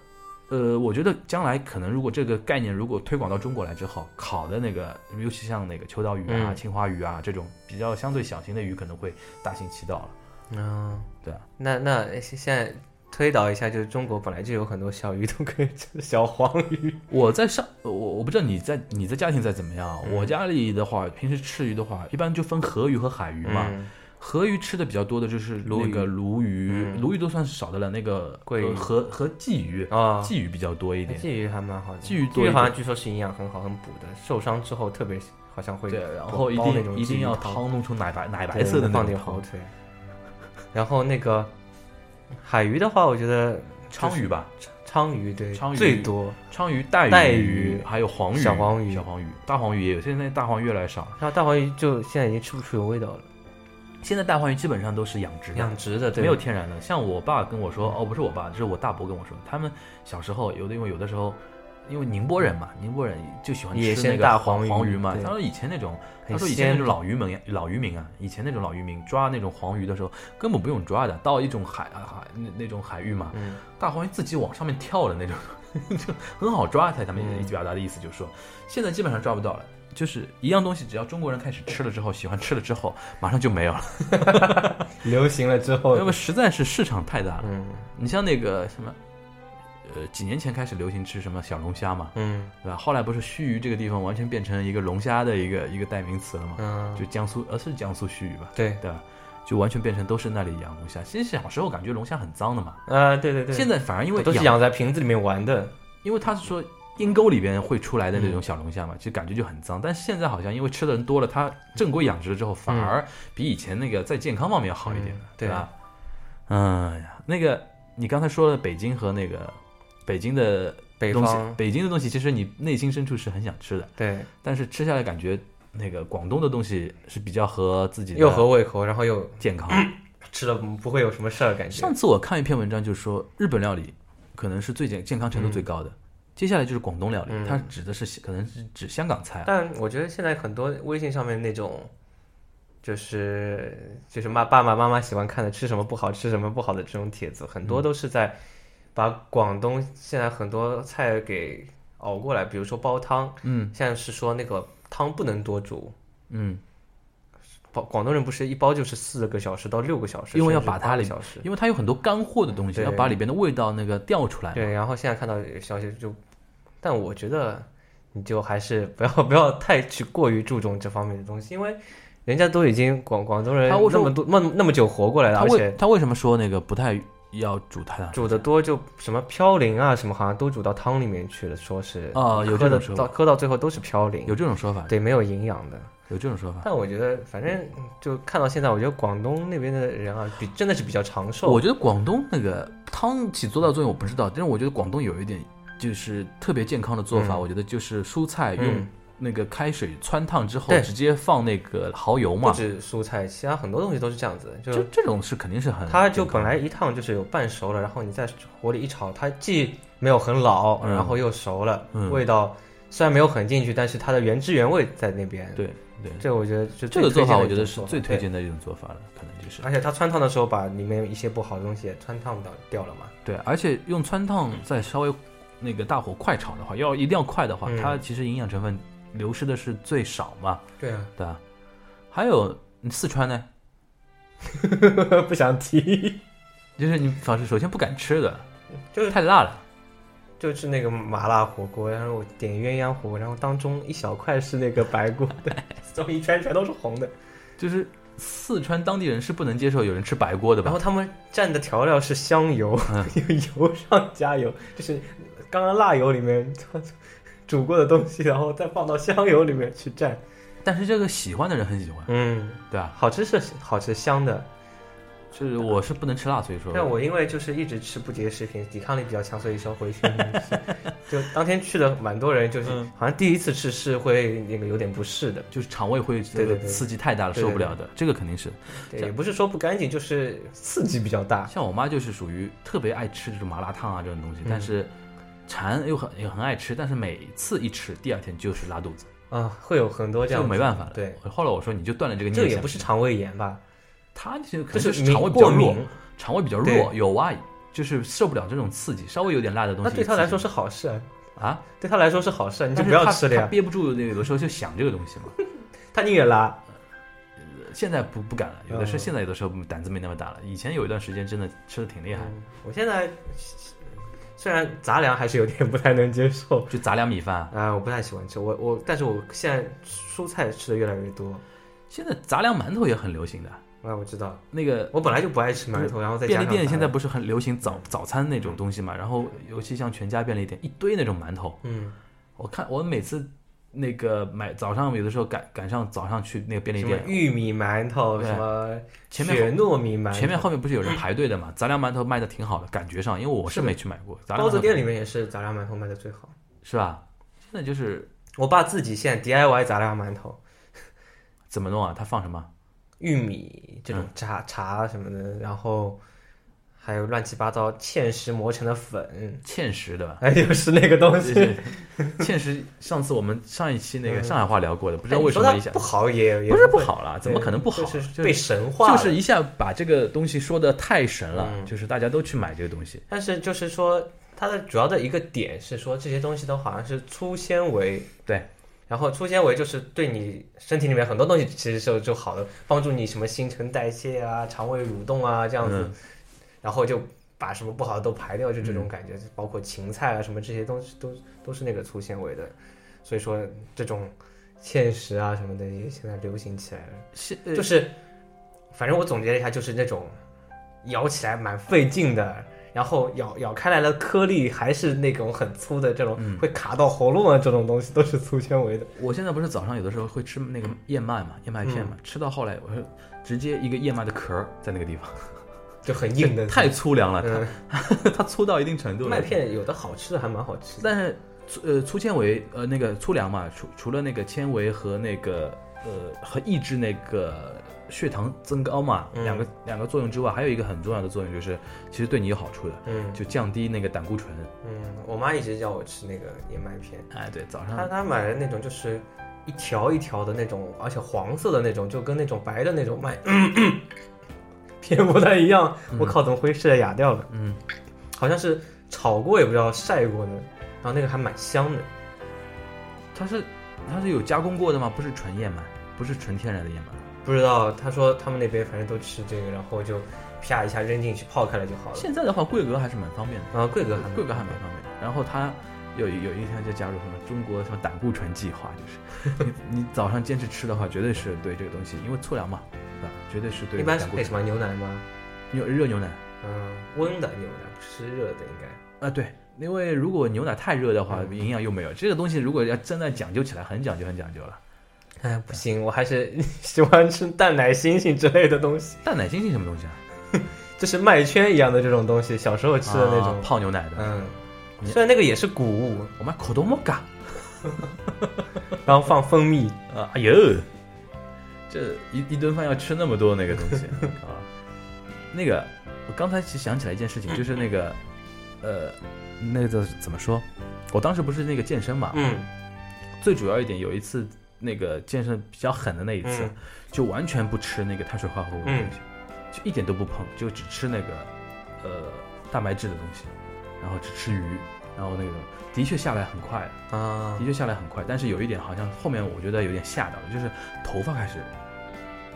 Speaker 2: 呃，我觉得将来可能如果这个概念如果推广到中国来之后，烤的那个，尤其像那个秋刀鱼啊、
Speaker 3: 嗯
Speaker 2: 青花鱼啊这种比较相对小型的鱼，可能会大行其道了。
Speaker 3: 嗯，
Speaker 2: 对啊，
Speaker 3: 那那现现在推导一下，就是中国本来就有很多小鱼都可以吃，小黄鱼，
Speaker 2: 我在上，我我不知道你在你在家庭在怎么样。啊
Speaker 3: 嗯
Speaker 2: 我家里的话，平时吃鱼的话，一般就分河鱼和海鱼嘛。
Speaker 3: 嗯
Speaker 2: 河鱼吃的比较多的就是
Speaker 3: 鲈
Speaker 2: 那个鲈鱼，
Speaker 3: 嗯
Speaker 2: 鲈鱼都算是少的了。那个
Speaker 3: 桂
Speaker 2: 呃
Speaker 3: 鱼
Speaker 2: 和和鲫鱼，
Speaker 3: 啊，
Speaker 2: 鲫鱼比较多一点。
Speaker 3: 鲫鱼还蛮好的，
Speaker 2: 鲫鱼多
Speaker 3: 鲫
Speaker 2: 一
Speaker 3: 鱼好
Speaker 2: 点
Speaker 3: 像据说是营养很好、很补的，受伤之后特别好像会
Speaker 2: 对，然
Speaker 3: 煲
Speaker 2: 后一
Speaker 3: 煲那种
Speaker 2: 定一
Speaker 3: 鲫
Speaker 2: 定
Speaker 3: 鱼
Speaker 2: 要
Speaker 3: 汤
Speaker 2: 汤弄成奶白奶白
Speaker 3: 对
Speaker 2: 色的那
Speaker 3: 放
Speaker 2: 种
Speaker 3: 点
Speaker 2: 汤
Speaker 3: 火，腿。然后那个海鱼的话，我觉得
Speaker 2: 鲳鱼吧，
Speaker 3: 鲳鱼对
Speaker 2: 鲳鱼
Speaker 3: 最多，
Speaker 2: 鲳鱼、带
Speaker 3: 带
Speaker 2: 鱼
Speaker 3: 鱼，
Speaker 2: 还有黄鱼、
Speaker 3: 小黄鱼
Speaker 2: 小黄鱼、大黄鱼也有，现在大黄鱼越来越少了。
Speaker 3: 然后大黄鱼就现在已经吃不出有味道了，
Speaker 2: 现在大黄鱼基本上都是养殖的
Speaker 3: 养，殖的对嗯
Speaker 2: 没有天然的。像我爸跟我说，哦，不是我爸，这是我大伯跟我说，他们小时候有的因为有的时候。因为宁波人嘛，宁波人就喜欢
Speaker 3: 野
Speaker 2: 吃
Speaker 3: 生
Speaker 2: 那个
Speaker 3: 大
Speaker 2: 黄
Speaker 3: 黄鱼
Speaker 2: 鱼嘛。
Speaker 3: 对
Speaker 2: 他说以前那种，他
Speaker 3: 很
Speaker 2: 说以前那
Speaker 3: 鲜
Speaker 2: 种老渔民老渔民啊，以前那种老渔民抓那种黄鱼的时候，根本不用抓的，到一种海海那那种海域嘛，
Speaker 3: 嗯
Speaker 2: 大黄鱼自己往上面跳的那种， 就很好抓。他他们
Speaker 3: 嗯
Speaker 2: 表达的意思就是说，现在基本上抓不到了。就是一样东西，只要中国人开始吃了之后，喜欢吃了之后，马上就没有了，
Speaker 3: 流行了之后哦
Speaker 2: 因为实在是市场太大了。
Speaker 3: 嗯
Speaker 2: 你像那个什么，呃几年前开始流行吃什么小龙虾嘛，
Speaker 3: 嗯
Speaker 2: 对吧？后来不是盱眙这个地方完全变成一个龙虾的一个一个代名词了嘛，
Speaker 3: 嗯，
Speaker 2: 就江苏呃是江苏盱眙吧，
Speaker 3: 对，
Speaker 2: 对吧？就完全变成都是那里养龙虾。其实小时候感觉龙虾很脏的嘛，
Speaker 3: 啊，对对对，
Speaker 2: 现在反而因为
Speaker 3: 都是
Speaker 2: 养，
Speaker 3: 养在瓶子里面玩的，
Speaker 2: 因为他是说阴沟里边会出来的那种小龙虾嘛，就感觉就很脏。但现在好像因为吃的人多了，它正规养殖了之后，反而比以前那个在健康方面要好一点了，
Speaker 3: 嗯对
Speaker 2: 对吧？嗯呀，那个你刚才说了北京和那个北京的
Speaker 3: 北
Speaker 2: 东西，
Speaker 3: 方，
Speaker 2: 北京的东西其实你内心深处是很想吃的，
Speaker 3: 对，
Speaker 2: 但是吃下来感觉那个广东的东西是比较合自己的
Speaker 3: 又合胃口，然后又
Speaker 2: 健康。
Speaker 3: 吃了不会有什么事儿，感觉
Speaker 2: 上。次我看一篇文章，就是说日本料理可能是最健健康程度最高的，接下来就是广东料理，
Speaker 3: 嗯
Speaker 2: 它指的是可能是指香港菜啊，
Speaker 3: 但我觉得现在很多微信上面那种，就是就是妈爸爸妈妈喜欢看的吃什么不好吃什么不好的这种帖子，很
Speaker 2: 嗯
Speaker 3: 多都是在把广东现在很多菜给熬过来，比如说煲汤，
Speaker 2: 嗯
Speaker 3: 现在是说那个汤不能多煮。
Speaker 2: 嗯，
Speaker 3: 煲广东人不是一煲就是四个小时到六个小时，
Speaker 2: 因为要
Speaker 3: 甚至
Speaker 2: 把它
Speaker 3: 八个
Speaker 2: 里
Speaker 3: 小时。
Speaker 2: 因为它有很多干货的东西，
Speaker 3: 对
Speaker 2: 要把里边的味道那个调出来。
Speaker 3: 对，然后现在看到有消息就，但我觉得你就还是不要 不要太去过于注重这方面的东西，因为人家都已经广广东人
Speaker 2: 他为什
Speaker 3: 那
Speaker 2: 么
Speaker 3: 么多那么那么久活过来了，
Speaker 2: 他
Speaker 3: 而
Speaker 2: 为
Speaker 3: 且
Speaker 2: 他为什么说那个不太要煮太大？
Speaker 3: 煮的多就什么嘌呤啊什么好像都煮到汤里面去了，说是
Speaker 2: 啊有
Speaker 3: 喝
Speaker 2: 这
Speaker 3: 的
Speaker 2: 种说
Speaker 3: 到
Speaker 2: 法，
Speaker 3: 喝到最后都是嘌呤
Speaker 2: 有，啊这种说法，
Speaker 3: 对，没有营养的。
Speaker 2: 有这种说法。
Speaker 3: 但我觉得反正就看到现在，我觉得广东那边的人啊，比真的是比较长寿。
Speaker 2: 我觉得广东那个汤起多大作用我不知道，但是我觉得广东有一点就是特别健康的做法，
Speaker 3: 嗯
Speaker 2: 我觉得就是蔬菜用
Speaker 3: 嗯
Speaker 2: 那个开水汆烫之后，
Speaker 3: 对
Speaker 2: 直接放那个蚝油
Speaker 3: 不
Speaker 2: 嘛，
Speaker 3: 止蔬菜，其他很多东西都是这样子，就
Speaker 2: 就这种是肯定是很
Speaker 3: 它就本来一烫就是有半熟了，然后你在火里一炒，它既没有很老，
Speaker 2: 嗯
Speaker 3: 然后又熟了，
Speaker 2: 嗯
Speaker 3: 味道虽然没有很进去，但是它的原汁原味在那边。，
Speaker 2: 对对
Speaker 3: 这我觉得就
Speaker 2: 这
Speaker 3: 最
Speaker 2: 个做
Speaker 3: 推荐
Speaker 2: 法，
Speaker 3: 的
Speaker 2: 我
Speaker 3: 一
Speaker 2: 觉
Speaker 3: 种
Speaker 2: 得是
Speaker 3: 做法
Speaker 2: 最推。荐
Speaker 3: 对啊
Speaker 2: 的一种做法了，可能就是
Speaker 3: 而且它穿烫的时候，把里面一些不好的东西也穿烫到掉了嘛。
Speaker 2: 对，而且用汆烫再稍微那个大火快炒的话，要一定要快的话，
Speaker 3: 嗯
Speaker 2: 它其实营养成分流失的是最少嘛，
Speaker 3: 对啊，
Speaker 2: 对吧？还有你四川呢，
Speaker 3: 不想提，
Speaker 2: 就是你反正首先不敢吃的，
Speaker 3: 就是
Speaker 2: 太辣了。
Speaker 3: 就是那个麻辣火锅，然后我点鸳鸯火锅，然后当中一小块是那个白锅的， 所以一圈全都是红的。
Speaker 2: 就是四川当地人是不能接受有人吃白锅的
Speaker 3: 然
Speaker 2: 吧
Speaker 3: 后？他们蘸的调料是香油，
Speaker 2: 嗯
Speaker 3: 油上加油，就是刚刚辣油里面煮过的东西，然后再放到香油里面去蘸。
Speaker 2: 但是这个喜欢的人很喜欢，
Speaker 3: 嗯，
Speaker 2: 对吧？
Speaker 3: 好吃是好吃，香的。
Speaker 2: 就是我是不能吃辣，所以说
Speaker 3: 但我因为就是一直吃不洁食品，抵抗力比较强，所以说回去 就当天去的蛮多人，就是
Speaker 2: 嗯
Speaker 3: 好像第一次吃是会那个有点不适的，
Speaker 2: 就是肠胃会这
Speaker 3: 对
Speaker 2: 个
Speaker 3: 对对对
Speaker 2: 刺激太大了，
Speaker 3: 对对
Speaker 2: 受不了的，这个肯定是。
Speaker 3: 对，也不是说不干净，就是刺激比较大。
Speaker 2: 啊像我妈就是属于特别爱吃这种麻辣烫啊这种东西，
Speaker 3: 嗯
Speaker 2: 但是馋又很也很爱吃，但是每次一吃，第二天就是拉肚子，
Speaker 3: 啊，会有很多这样
Speaker 2: 就
Speaker 3: 子，
Speaker 2: 没办法了。
Speaker 3: 对，
Speaker 2: 后来我说你就断了这个念
Speaker 3: 这
Speaker 2: 想。
Speaker 3: 个也不是，肠胃炎吧？
Speaker 2: 她其实可
Speaker 3: 这
Speaker 2: 能就是是
Speaker 3: 敏
Speaker 2: 肠胃比较
Speaker 3: 过
Speaker 2: 弱
Speaker 3: 敏，，
Speaker 2: 肠胃比较弱，
Speaker 3: 对
Speaker 2: 有啊，就是受不了这种刺激，稍微有点辣的东
Speaker 3: 那
Speaker 2: 西。
Speaker 3: 对他来说是好事啊。
Speaker 2: 啊，
Speaker 3: 对他来说是好事，你就
Speaker 2: 但
Speaker 3: 不
Speaker 2: 是
Speaker 3: 要
Speaker 2: 她
Speaker 3: 吃了
Speaker 2: 她
Speaker 3: 呀。
Speaker 2: 憋不住那个，有的时候就想这个东 西嘛。
Speaker 3: 他宁愿拉，
Speaker 2: 现在不不敢了，有的是
Speaker 3: 嗯
Speaker 2: 现在有的时候胆子没那么大了。以前有一段时间真的吃的挺厉害，
Speaker 3: 我现在虽然杂粮还是有点不 太能接受，
Speaker 2: 就杂粮米饭啊。
Speaker 3: 啊、我不太喜欢吃。我我，但是我现在蔬菜吃的越来越多。
Speaker 2: 现在杂粮馒头也很流行的，
Speaker 3: 啊，我知道，
Speaker 2: 那个
Speaker 3: 我本来就不爱吃馒头，然后再加
Speaker 2: 便利
Speaker 3: 上
Speaker 2: 店现在
Speaker 3: 杂粮
Speaker 2: 不是很流行早早餐那种东西嘛？然后尤其像全家便利店一堆那种馒头，
Speaker 3: 嗯，
Speaker 2: 我看我每次那个买早上有的时候赶赶上早上去那个便利
Speaker 3: 什么
Speaker 2: 店，
Speaker 3: 玉米馒头，
Speaker 2: 对
Speaker 3: 什么
Speaker 2: 前
Speaker 3: 雪
Speaker 2: 面
Speaker 3: 糯米馒头，
Speaker 2: 前面后面不是有人排队的嘛？杂粮馒头卖的挺好的，感觉上，因为我是没去买过杂粮
Speaker 3: 包
Speaker 2: 馒
Speaker 3: 子
Speaker 2: 头
Speaker 3: 店里面也是杂粮馒头卖的最好。
Speaker 2: 是吧？现在就是
Speaker 3: 我爸自己现在 DIY 杂粮馒头，
Speaker 2: 怎么弄啊？他放什么？
Speaker 3: 玉米这种
Speaker 2: 嗯
Speaker 3: 茶、茶什么的，然后还有乱七八糟芡实磨成的粉，
Speaker 2: 芡实 对吧？
Speaker 3: 哎，又是那个东
Speaker 2: 就
Speaker 3: 西。
Speaker 2: 是 芡实，上次我们上一期那
Speaker 3: 嗯
Speaker 2: 个上海话聊过的，不
Speaker 3: 不
Speaker 2: 知道为什么一下
Speaker 3: 不好也也
Speaker 2: 不是不
Speaker 3: 会，
Speaker 2: 好啦，怎么可能不好？啊
Speaker 3: 啊
Speaker 2: 就
Speaker 3: 就
Speaker 2: 是
Speaker 3: 被神化
Speaker 2: 就
Speaker 3: 了
Speaker 2: 是一下把这个东西说的太神了，
Speaker 3: 嗯
Speaker 2: 就是大家都去买这个东西。
Speaker 3: 但是就是说，它的主要的一个点是说，这些东西都好像是粗纤维，
Speaker 2: 对。
Speaker 3: 然后粗纤维就是对你身体里面很多东西其实就就好的，帮助你什么新陈代谢啊、肠胃蠕动啊这样子，
Speaker 2: 嗯
Speaker 3: 然后就把什么不好的都排掉，就这种感觉，包括芹菜啊什么这些东西都都是那个粗纤维的，所以说这种芡实啊什么的也现在流行起来了。
Speaker 2: 现
Speaker 3: 就
Speaker 2: 呃
Speaker 3: 是，反正我总结了一下，就是那种咬起来蛮费劲的，然后咬咬开来的颗粒还是那种很粗的，这种、
Speaker 2: 嗯
Speaker 3: 会卡到喉咙啊，这种东西都是粗纤维的。
Speaker 2: 我现在不是早上有的时候会吃那个燕麦嘛，燕麦片
Speaker 3: 嗯
Speaker 2: 嘛，吃到后来我是直接一个燕麦的壳儿在那个地方，
Speaker 3: 就很硬的，
Speaker 2: 太粗粮了，
Speaker 3: 嗯，
Speaker 2: 它 它粗到一定程度了。
Speaker 3: 麦片有的好吃的还蛮好吃的，
Speaker 2: 但是粗呃粗纤维呃那个粗粮嘛，除除了那个纤维和那个呃和抑制那个血糖增高嘛、
Speaker 3: 嗯
Speaker 2: 两个两个作用之外，还有一个很重要的作用就是其实对你有好处的，
Speaker 3: 嗯
Speaker 2: 就降低那个胆固醇。
Speaker 3: 嗯，我妈一直叫我吃那个燕麦片，
Speaker 2: 哎，对，早
Speaker 3: 她
Speaker 2: 上
Speaker 3: 她买的那种就是一条一条的那种，而且黄色的那种，就跟那种白的那种麦嗯片不太一样。我靠，怎么回事？哑掉了。
Speaker 2: 嗯，
Speaker 3: 好像是炒过，也不知道晒过的，然后那个还蛮香的。
Speaker 2: 它是它是有加工过的吗？不是纯燕麦，不是纯天然的燕麦。
Speaker 3: 不知道他说他们那边反正都吃这个，然后就啪一下扔进去泡开了就好了。
Speaker 2: 现在的话，贵格还是蛮方便的。
Speaker 3: 然后贵哥还
Speaker 2: 贵格还蛮方便的。然后它有有一天就加入什么中国什么胆固醇计划，就是 你你早上坚持吃的话，绝对是对这个东西，因为粗粮嘛，对吧？绝对是对
Speaker 3: 一般是
Speaker 2: 胆固
Speaker 3: 配什
Speaker 2: 醇。
Speaker 3: 么牛奶吗？
Speaker 2: 牛热牛奶
Speaker 3: 嗯，温的牛奶不是热的应该。
Speaker 2: 啊，对，因为如果牛奶太热的
Speaker 3: 嗯
Speaker 2: 话，营养又没有。这个东西如果要真的讲究起来，很讲究，很讲究了。
Speaker 3: 哎，不行，我还是 喜欢吃蛋奶星星之类的东西，
Speaker 2: 蛋奶星星什么东西啊？
Speaker 3: 就是麦圈一样的这种东西，小时候吃的那
Speaker 2: 啊
Speaker 3: 种。
Speaker 2: 泡牛奶的。
Speaker 3: 嗯，
Speaker 2: 你
Speaker 3: 虽然那个也是谷物，
Speaker 2: 我们口头摩嘎。
Speaker 3: 然后放蜂蜜，
Speaker 2: 啊，哎呦，这一一顿饭要吃那么多那个东 西啊！那个，我刚才其实想起来一件事情，就是那个，呃，那个怎么说？我当时不是那个健身嘛，
Speaker 3: 嗯，
Speaker 2: 最主要一点有一次那个健身比较狠的那一次，
Speaker 3: 嗯
Speaker 2: 就完全不吃那个碳水化合物的东西，就一点都不碰，就只吃那个呃蛋白质的东西，然后只吃鱼，然后那个的确下来很快，
Speaker 3: 啊
Speaker 2: 的，确下来很快，但是有一点好像后面我觉得有点吓到了，就是头发开始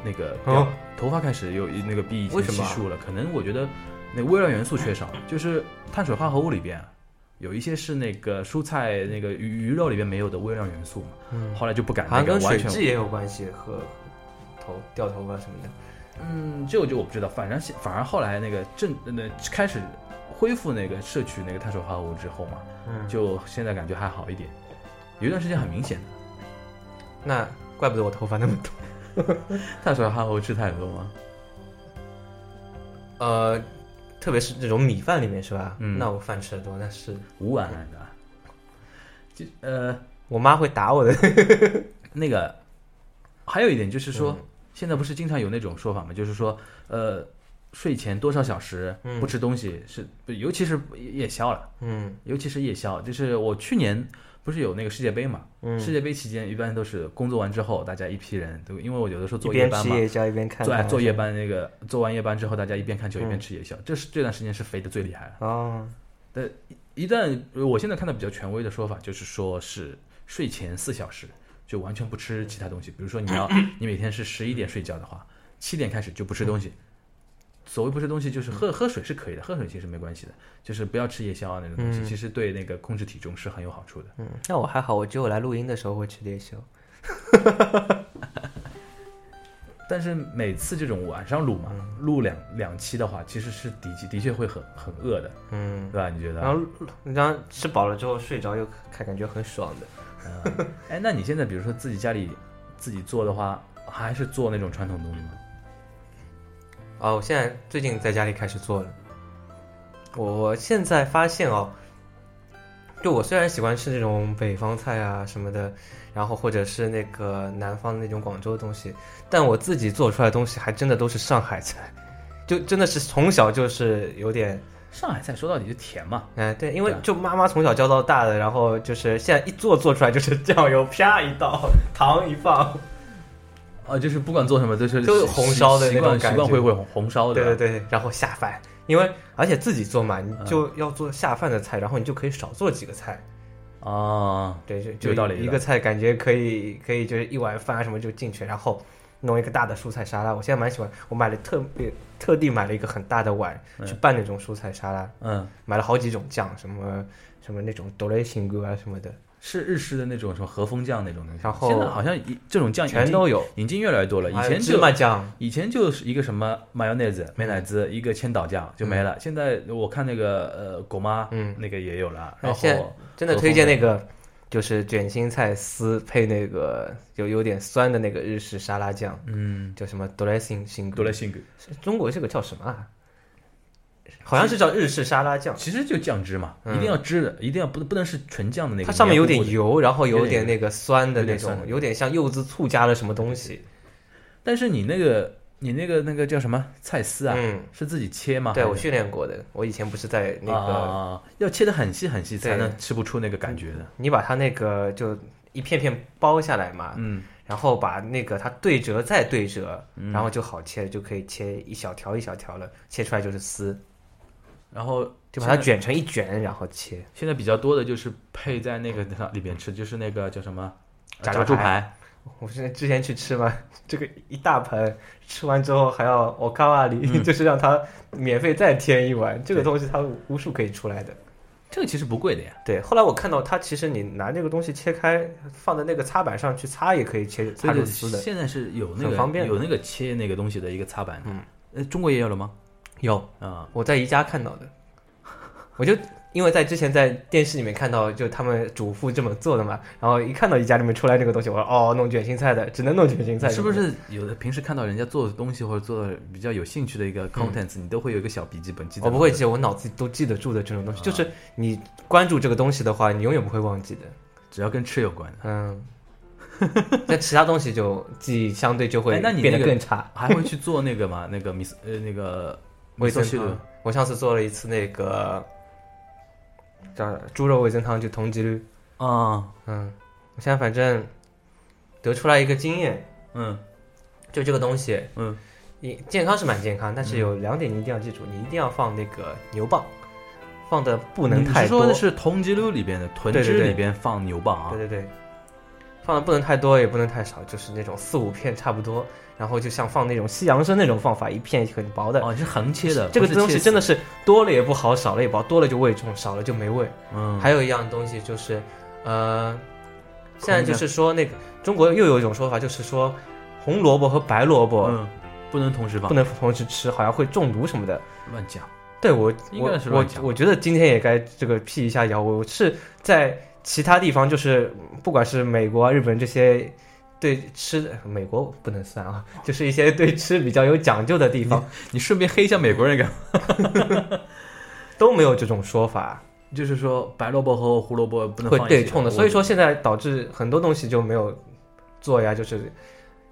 Speaker 2: 那个掉，
Speaker 3: 哦
Speaker 2: 头发开始有一那个比以前
Speaker 3: 为什
Speaker 2: 稀
Speaker 3: 么啊
Speaker 2: 疏了，可能我觉得那微量元素 缺少了，就是碳水化合物里边有一些是那个蔬菜那个鱼鱼肉里边没有的微量元素嘛，
Speaker 3: 嗯
Speaker 2: 后来就不敢
Speaker 3: 好
Speaker 2: 那
Speaker 3: 像
Speaker 2: 个
Speaker 3: 跟
Speaker 2: 完
Speaker 3: 水
Speaker 2: 全
Speaker 3: 质也有关系，和头掉头发什么的。
Speaker 2: 嗯，这个就我不知道，反正现反而后来那个正那开始恢复那个摄取那个碳水化合物之后嘛，
Speaker 3: 嗯
Speaker 2: 就现在感觉还好一点，有一段时间很明显的
Speaker 3: 那怪不得我头发那么多。
Speaker 2: 碳水化合物吃太多吗？
Speaker 3: 呃，特别是这种米饭里面是吧？
Speaker 2: 嗯
Speaker 3: 那我饭吃的多，那是
Speaker 2: 无碗来的，就呃
Speaker 3: 我妈会打我的。
Speaker 2: 那个，还有一点就是说，
Speaker 3: 嗯
Speaker 2: 现在不是经常有那种说法嘛，就是说呃睡前多少小时
Speaker 3: 嗯
Speaker 2: 不吃东西是，不尤其是夜宵了，
Speaker 3: 嗯
Speaker 2: 尤其是夜宵，就是我去年不是有那个世界杯嘛，
Speaker 3: 嗯，
Speaker 2: 世界杯期间一般都是工作完之后大家一批人都，因为我有的时候
Speaker 3: 一
Speaker 2: 做夜
Speaker 3: 边
Speaker 2: 班
Speaker 3: 吃
Speaker 2: 嘛。
Speaker 3: 夜宵一嗯边看
Speaker 2: 做
Speaker 3: 番。
Speaker 2: 做夜班那个做完夜班之后，大家一边看球一边吃夜宵，这是这段时间是肥的最厉害了。
Speaker 3: 哦，
Speaker 2: 一旦呃我现在看到比较权威的说法，就是说是睡前四小时就完全不吃其他东西。比如说你 要你每天是十一点睡觉的话，七点开始就不
Speaker 3: 嗯
Speaker 2: 吃东西。所谓不吃东西，就是喝喝水是可以的，喝水其实没关系的，就是不要吃夜宵啊那种东西，
Speaker 3: 嗯
Speaker 2: 其实对那个控制体重是很有好处的。
Speaker 3: 嗯，那我还好，我只有来录音的时候会吃夜宵。
Speaker 2: 但是每次这种晚上录嘛，
Speaker 3: 嗯
Speaker 2: 录两两期的话，其实是的的确会很很饿的，
Speaker 3: 嗯
Speaker 2: 对，吧？你觉得？
Speaker 3: 然后然后吃饱了之后睡着又看，感觉很爽的。
Speaker 2: 哎，那你现在比如说自己家里自己做的话，还是做那种传统东西吗？
Speaker 3: 啊，我现在最近在家里开始做了。我现在发现哦，就我虽然喜欢吃这种北方菜啊什么的，然后或者是那个南方的那种广州的东西，但我自己做出来的东西还真的都是上海菜，就真的是从小就是有点，
Speaker 2: 上海菜说到底就甜嘛，
Speaker 3: 哎，对，因为
Speaker 2: 对啊
Speaker 3: 就妈妈从小教到大的，然后就是现在一做做出来就是酱油啪一倒，糖一放，
Speaker 2: 啊，就是不管做什么都是
Speaker 3: 都是红烧的
Speaker 2: 习习
Speaker 3: 那种
Speaker 2: 惯
Speaker 3: 感
Speaker 2: 习惯
Speaker 3: 觉
Speaker 2: 会会红红烧的，
Speaker 3: 对对对，然后下饭，因为而且自己做嘛，
Speaker 2: 嗯
Speaker 3: 你就要做下饭的菜，然后你就可以少做几个菜，
Speaker 2: 啊，
Speaker 3: 对，就
Speaker 2: 有
Speaker 3: 就
Speaker 2: 道理有
Speaker 3: 一
Speaker 2: 道
Speaker 3: 个
Speaker 2: 理
Speaker 3: 菜感觉可以可以就是一碗饭啊什么就进去，然后弄一个大的蔬菜沙拉。我现在蛮喜欢，我买了特别特地买了一个很大的碗去拌那种蔬菜沙拉，
Speaker 2: 嗯，
Speaker 3: 买了好几种酱，什么什么那种哆来型哥啊什么的，
Speaker 2: 是日式的那种什么和风酱那种东西。
Speaker 3: 然后
Speaker 2: 现在好像一这种酱
Speaker 3: 全都
Speaker 2: 有，
Speaker 3: 有。
Speaker 2: 引进越来越多了。以
Speaker 3: 还有
Speaker 2: 前
Speaker 3: 芝
Speaker 2: 就
Speaker 3: 麻酱，
Speaker 2: 以前就是一个什么 mayonnaise 美乃滋，一个千岛酱就没了。现在我看那个呃狗妈，
Speaker 3: 嗯
Speaker 2: 那个也有了。
Speaker 3: 哎
Speaker 2: 然
Speaker 3: 现在
Speaker 2: 后
Speaker 3: 真的推荐那个，就是卷心菜丝配那个有有点酸的那个日式沙拉酱，
Speaker 2: 嗯，
Speaker 3: 叫什么 dressing 新
Speaker 2: 多来性格，
Speaker 3: 中国这个叫什么啊？好像是叫日式沙拉酱，
Speaker 2: 其实就酱汁嘛，
Speaker 3: 嗯
Speaker 2: 一定要汁的，一定要不不能是纯酱的那个。
Speaker 3: 它上面有点
Speaker 2: 黏糊糊的
Speaker 3: 油，然后
Speaker 2: 有
Speaker 3: 有
Speaker 2: 点
Speaker 3: 点那个酸的
Speaker 2: 有点
Speaker 3: 那
Speaker 2: 酸
Speaker 3: 种，有点像柚子醋加了什么东西。
Speaker 2: 但是你那个你那个那个叫什么菜丝啊？
Speaker 3: 嗯，
Speaker 2: 是自己切吗？
Speaker 3: 对
Speaker 2: 还
Speaker 3: 我
Speaker 2: 是
Speaker 3: 训练过的，我以前不是在那个，
Speaker 2: 啊，要切的很细很细才
Speaker 3: 对嗯
Speaker 2: 能吃不出那个感觉的。
Speaker 3: 你把它那个就一片片剥下来嘛，
Speaker 2: 嗯，
Speaker 3: 然后把那个它对折再对折，然后就好切，就可以切一小条一小条了，切出来就是丝，
Speaker 2: 然后
Speaker 3: 就把它
Speaker 2: 现在。
Speaker 3: 卷成一卷，然后切。
Speaker 2: 现在比较多的就是配在那个里边吃，就是那个叫什么
Speaker 3: 嗯炸
Speaker 2: 炸猪
Speaker 3: 猪
Speaker 2: 排，
Speaker 3: 我是之前去吃 嘛，这个一大盆，吃完之后还要我卡瓦里，就是让他免费再添一碗。这个东西它无数可以出来的。
Speaker 2: 这个其实不贵的呀。
Speaker 3: 对，后来我看到它其实你拿那个东西切开，放在那个擦板上去擦也可以切擦
Speaker 2: 对
Speaker 3: 出
Speaker 2: 对，
Speaker 3: 丝的。
Speaker 2: 现在是有那个
Speaker 3: 很方便的
Speaker 2: 有那个切那个东西的一个擦板的。
Speaker 3: 嗯
Speaker 2: 呃，中国也有了吗？
Speaker 3: 有，
Speaker 2: 啊、
Speaker 3: 我在宜家看到的， 我就因为在之前在电视里面看到，就他们主妇这么做的嘛，然后一看到宜家里面出来这个东西，我说哦，弄卷心菜的，只能弄卷心菜，
Speaker 2: 是不？是有的平时看到人家做的东西或者做的比较有兴趣的一个 contents，、你都会有一个小笔记本记啊在？
Speaker 3: 嗯我不会，记，我脑子里都记得住的这种东西，就是你关注这个东西的话，你永远不会忘记的。
Speaker 2: 只要跟吃有关的，
Speaker 3: 嗯， 那其他东西就记忆相对就会
Speaker 2: 哎那你
Speaker 3: 变
Speaker 2: 那
Speaker 3: 得
Speaker 2: 个
Speaker 3: 更差。
Speaker 2: 还会去做那个嘛？那个米斯呃那个
Speaker 3: 味增
Speaker 2: 米
Speaker 3: 汤
Speaker 2: 索，
Speaker 3: 我上次做了一次那个叫猪肉味增汤，就同吉绿。
Speaker 2: 汁啊，
Speaker 3: 嗯，我现在反正得出来一个经验，
Speaker 2: 嗯
Speaker 3: 就这个东西，
Speaker 2: 嗯，
Speaker 3: 你健康是蛮健康，但是有两点你一定要记住，你一定要放那个牛蒡，放的不能
Speaker 2: 你
Speaker 3: 太
Speaker 2: 是说
Speaker 3: 多。
Speaker 2: 的是同吉溜里边的豚
Speaker 3: 对对
Speaker 2: 汁
Speaker 3: 对
Speaker 2: 里边放牛蒡啊？
Speaker 3: 对对对，放的不能太多，也不能太少，就是那种四五片差不多。然后就像放那种西洋参那种放法，一片很薄的。
Speaker 2: 哦，是横切的，
Speaker 3: 这个
Speaker 2: 不是
Speaker 3: 东
Speaker 2: 切
Speaker 3: 西
Speaker 2: 丝
Speaker 3: 真的，是多了也不好，少了也不好，多了就味重，少了就没味。
Speaker 2: 嗯，
Speaker 3: 还有一样东西就是，呃，现在
Speaker 2: 空
Speaker 3: 就
Speaker 2: 间
Speaker 3: 是说那个中国又有一种说法，就是说红萝卜和白萝卜
Speaker 2: 嗯，不能同时放
Speaker 3: 不，能同时吃，好像会中毒什么的。
Speaker 2: 乱讲。
Speaker 3: 对我，
Speaker 2: 应该是
Speaker 3: 我
Speaker 2: 乱讲
Speaker 3: 我我觉得今天也该这个辟一下谣。我是在其他地方，就是不管是美国、啊、日本这些对吃的，美国不能算啊， 就是一些对吃比较有讲究的地方
Speaker 2: 你顺便黑一下美国人干嘛？
Speaker 3: 都没有这种说法。
Speaker 2: 就是说白萝卜和胡萝卜不能
Speaker 3: 会
Speaker 2: 放一起啊
Speaker 3: 对冲的，所以说现在导致很多东西就没有做呀，就是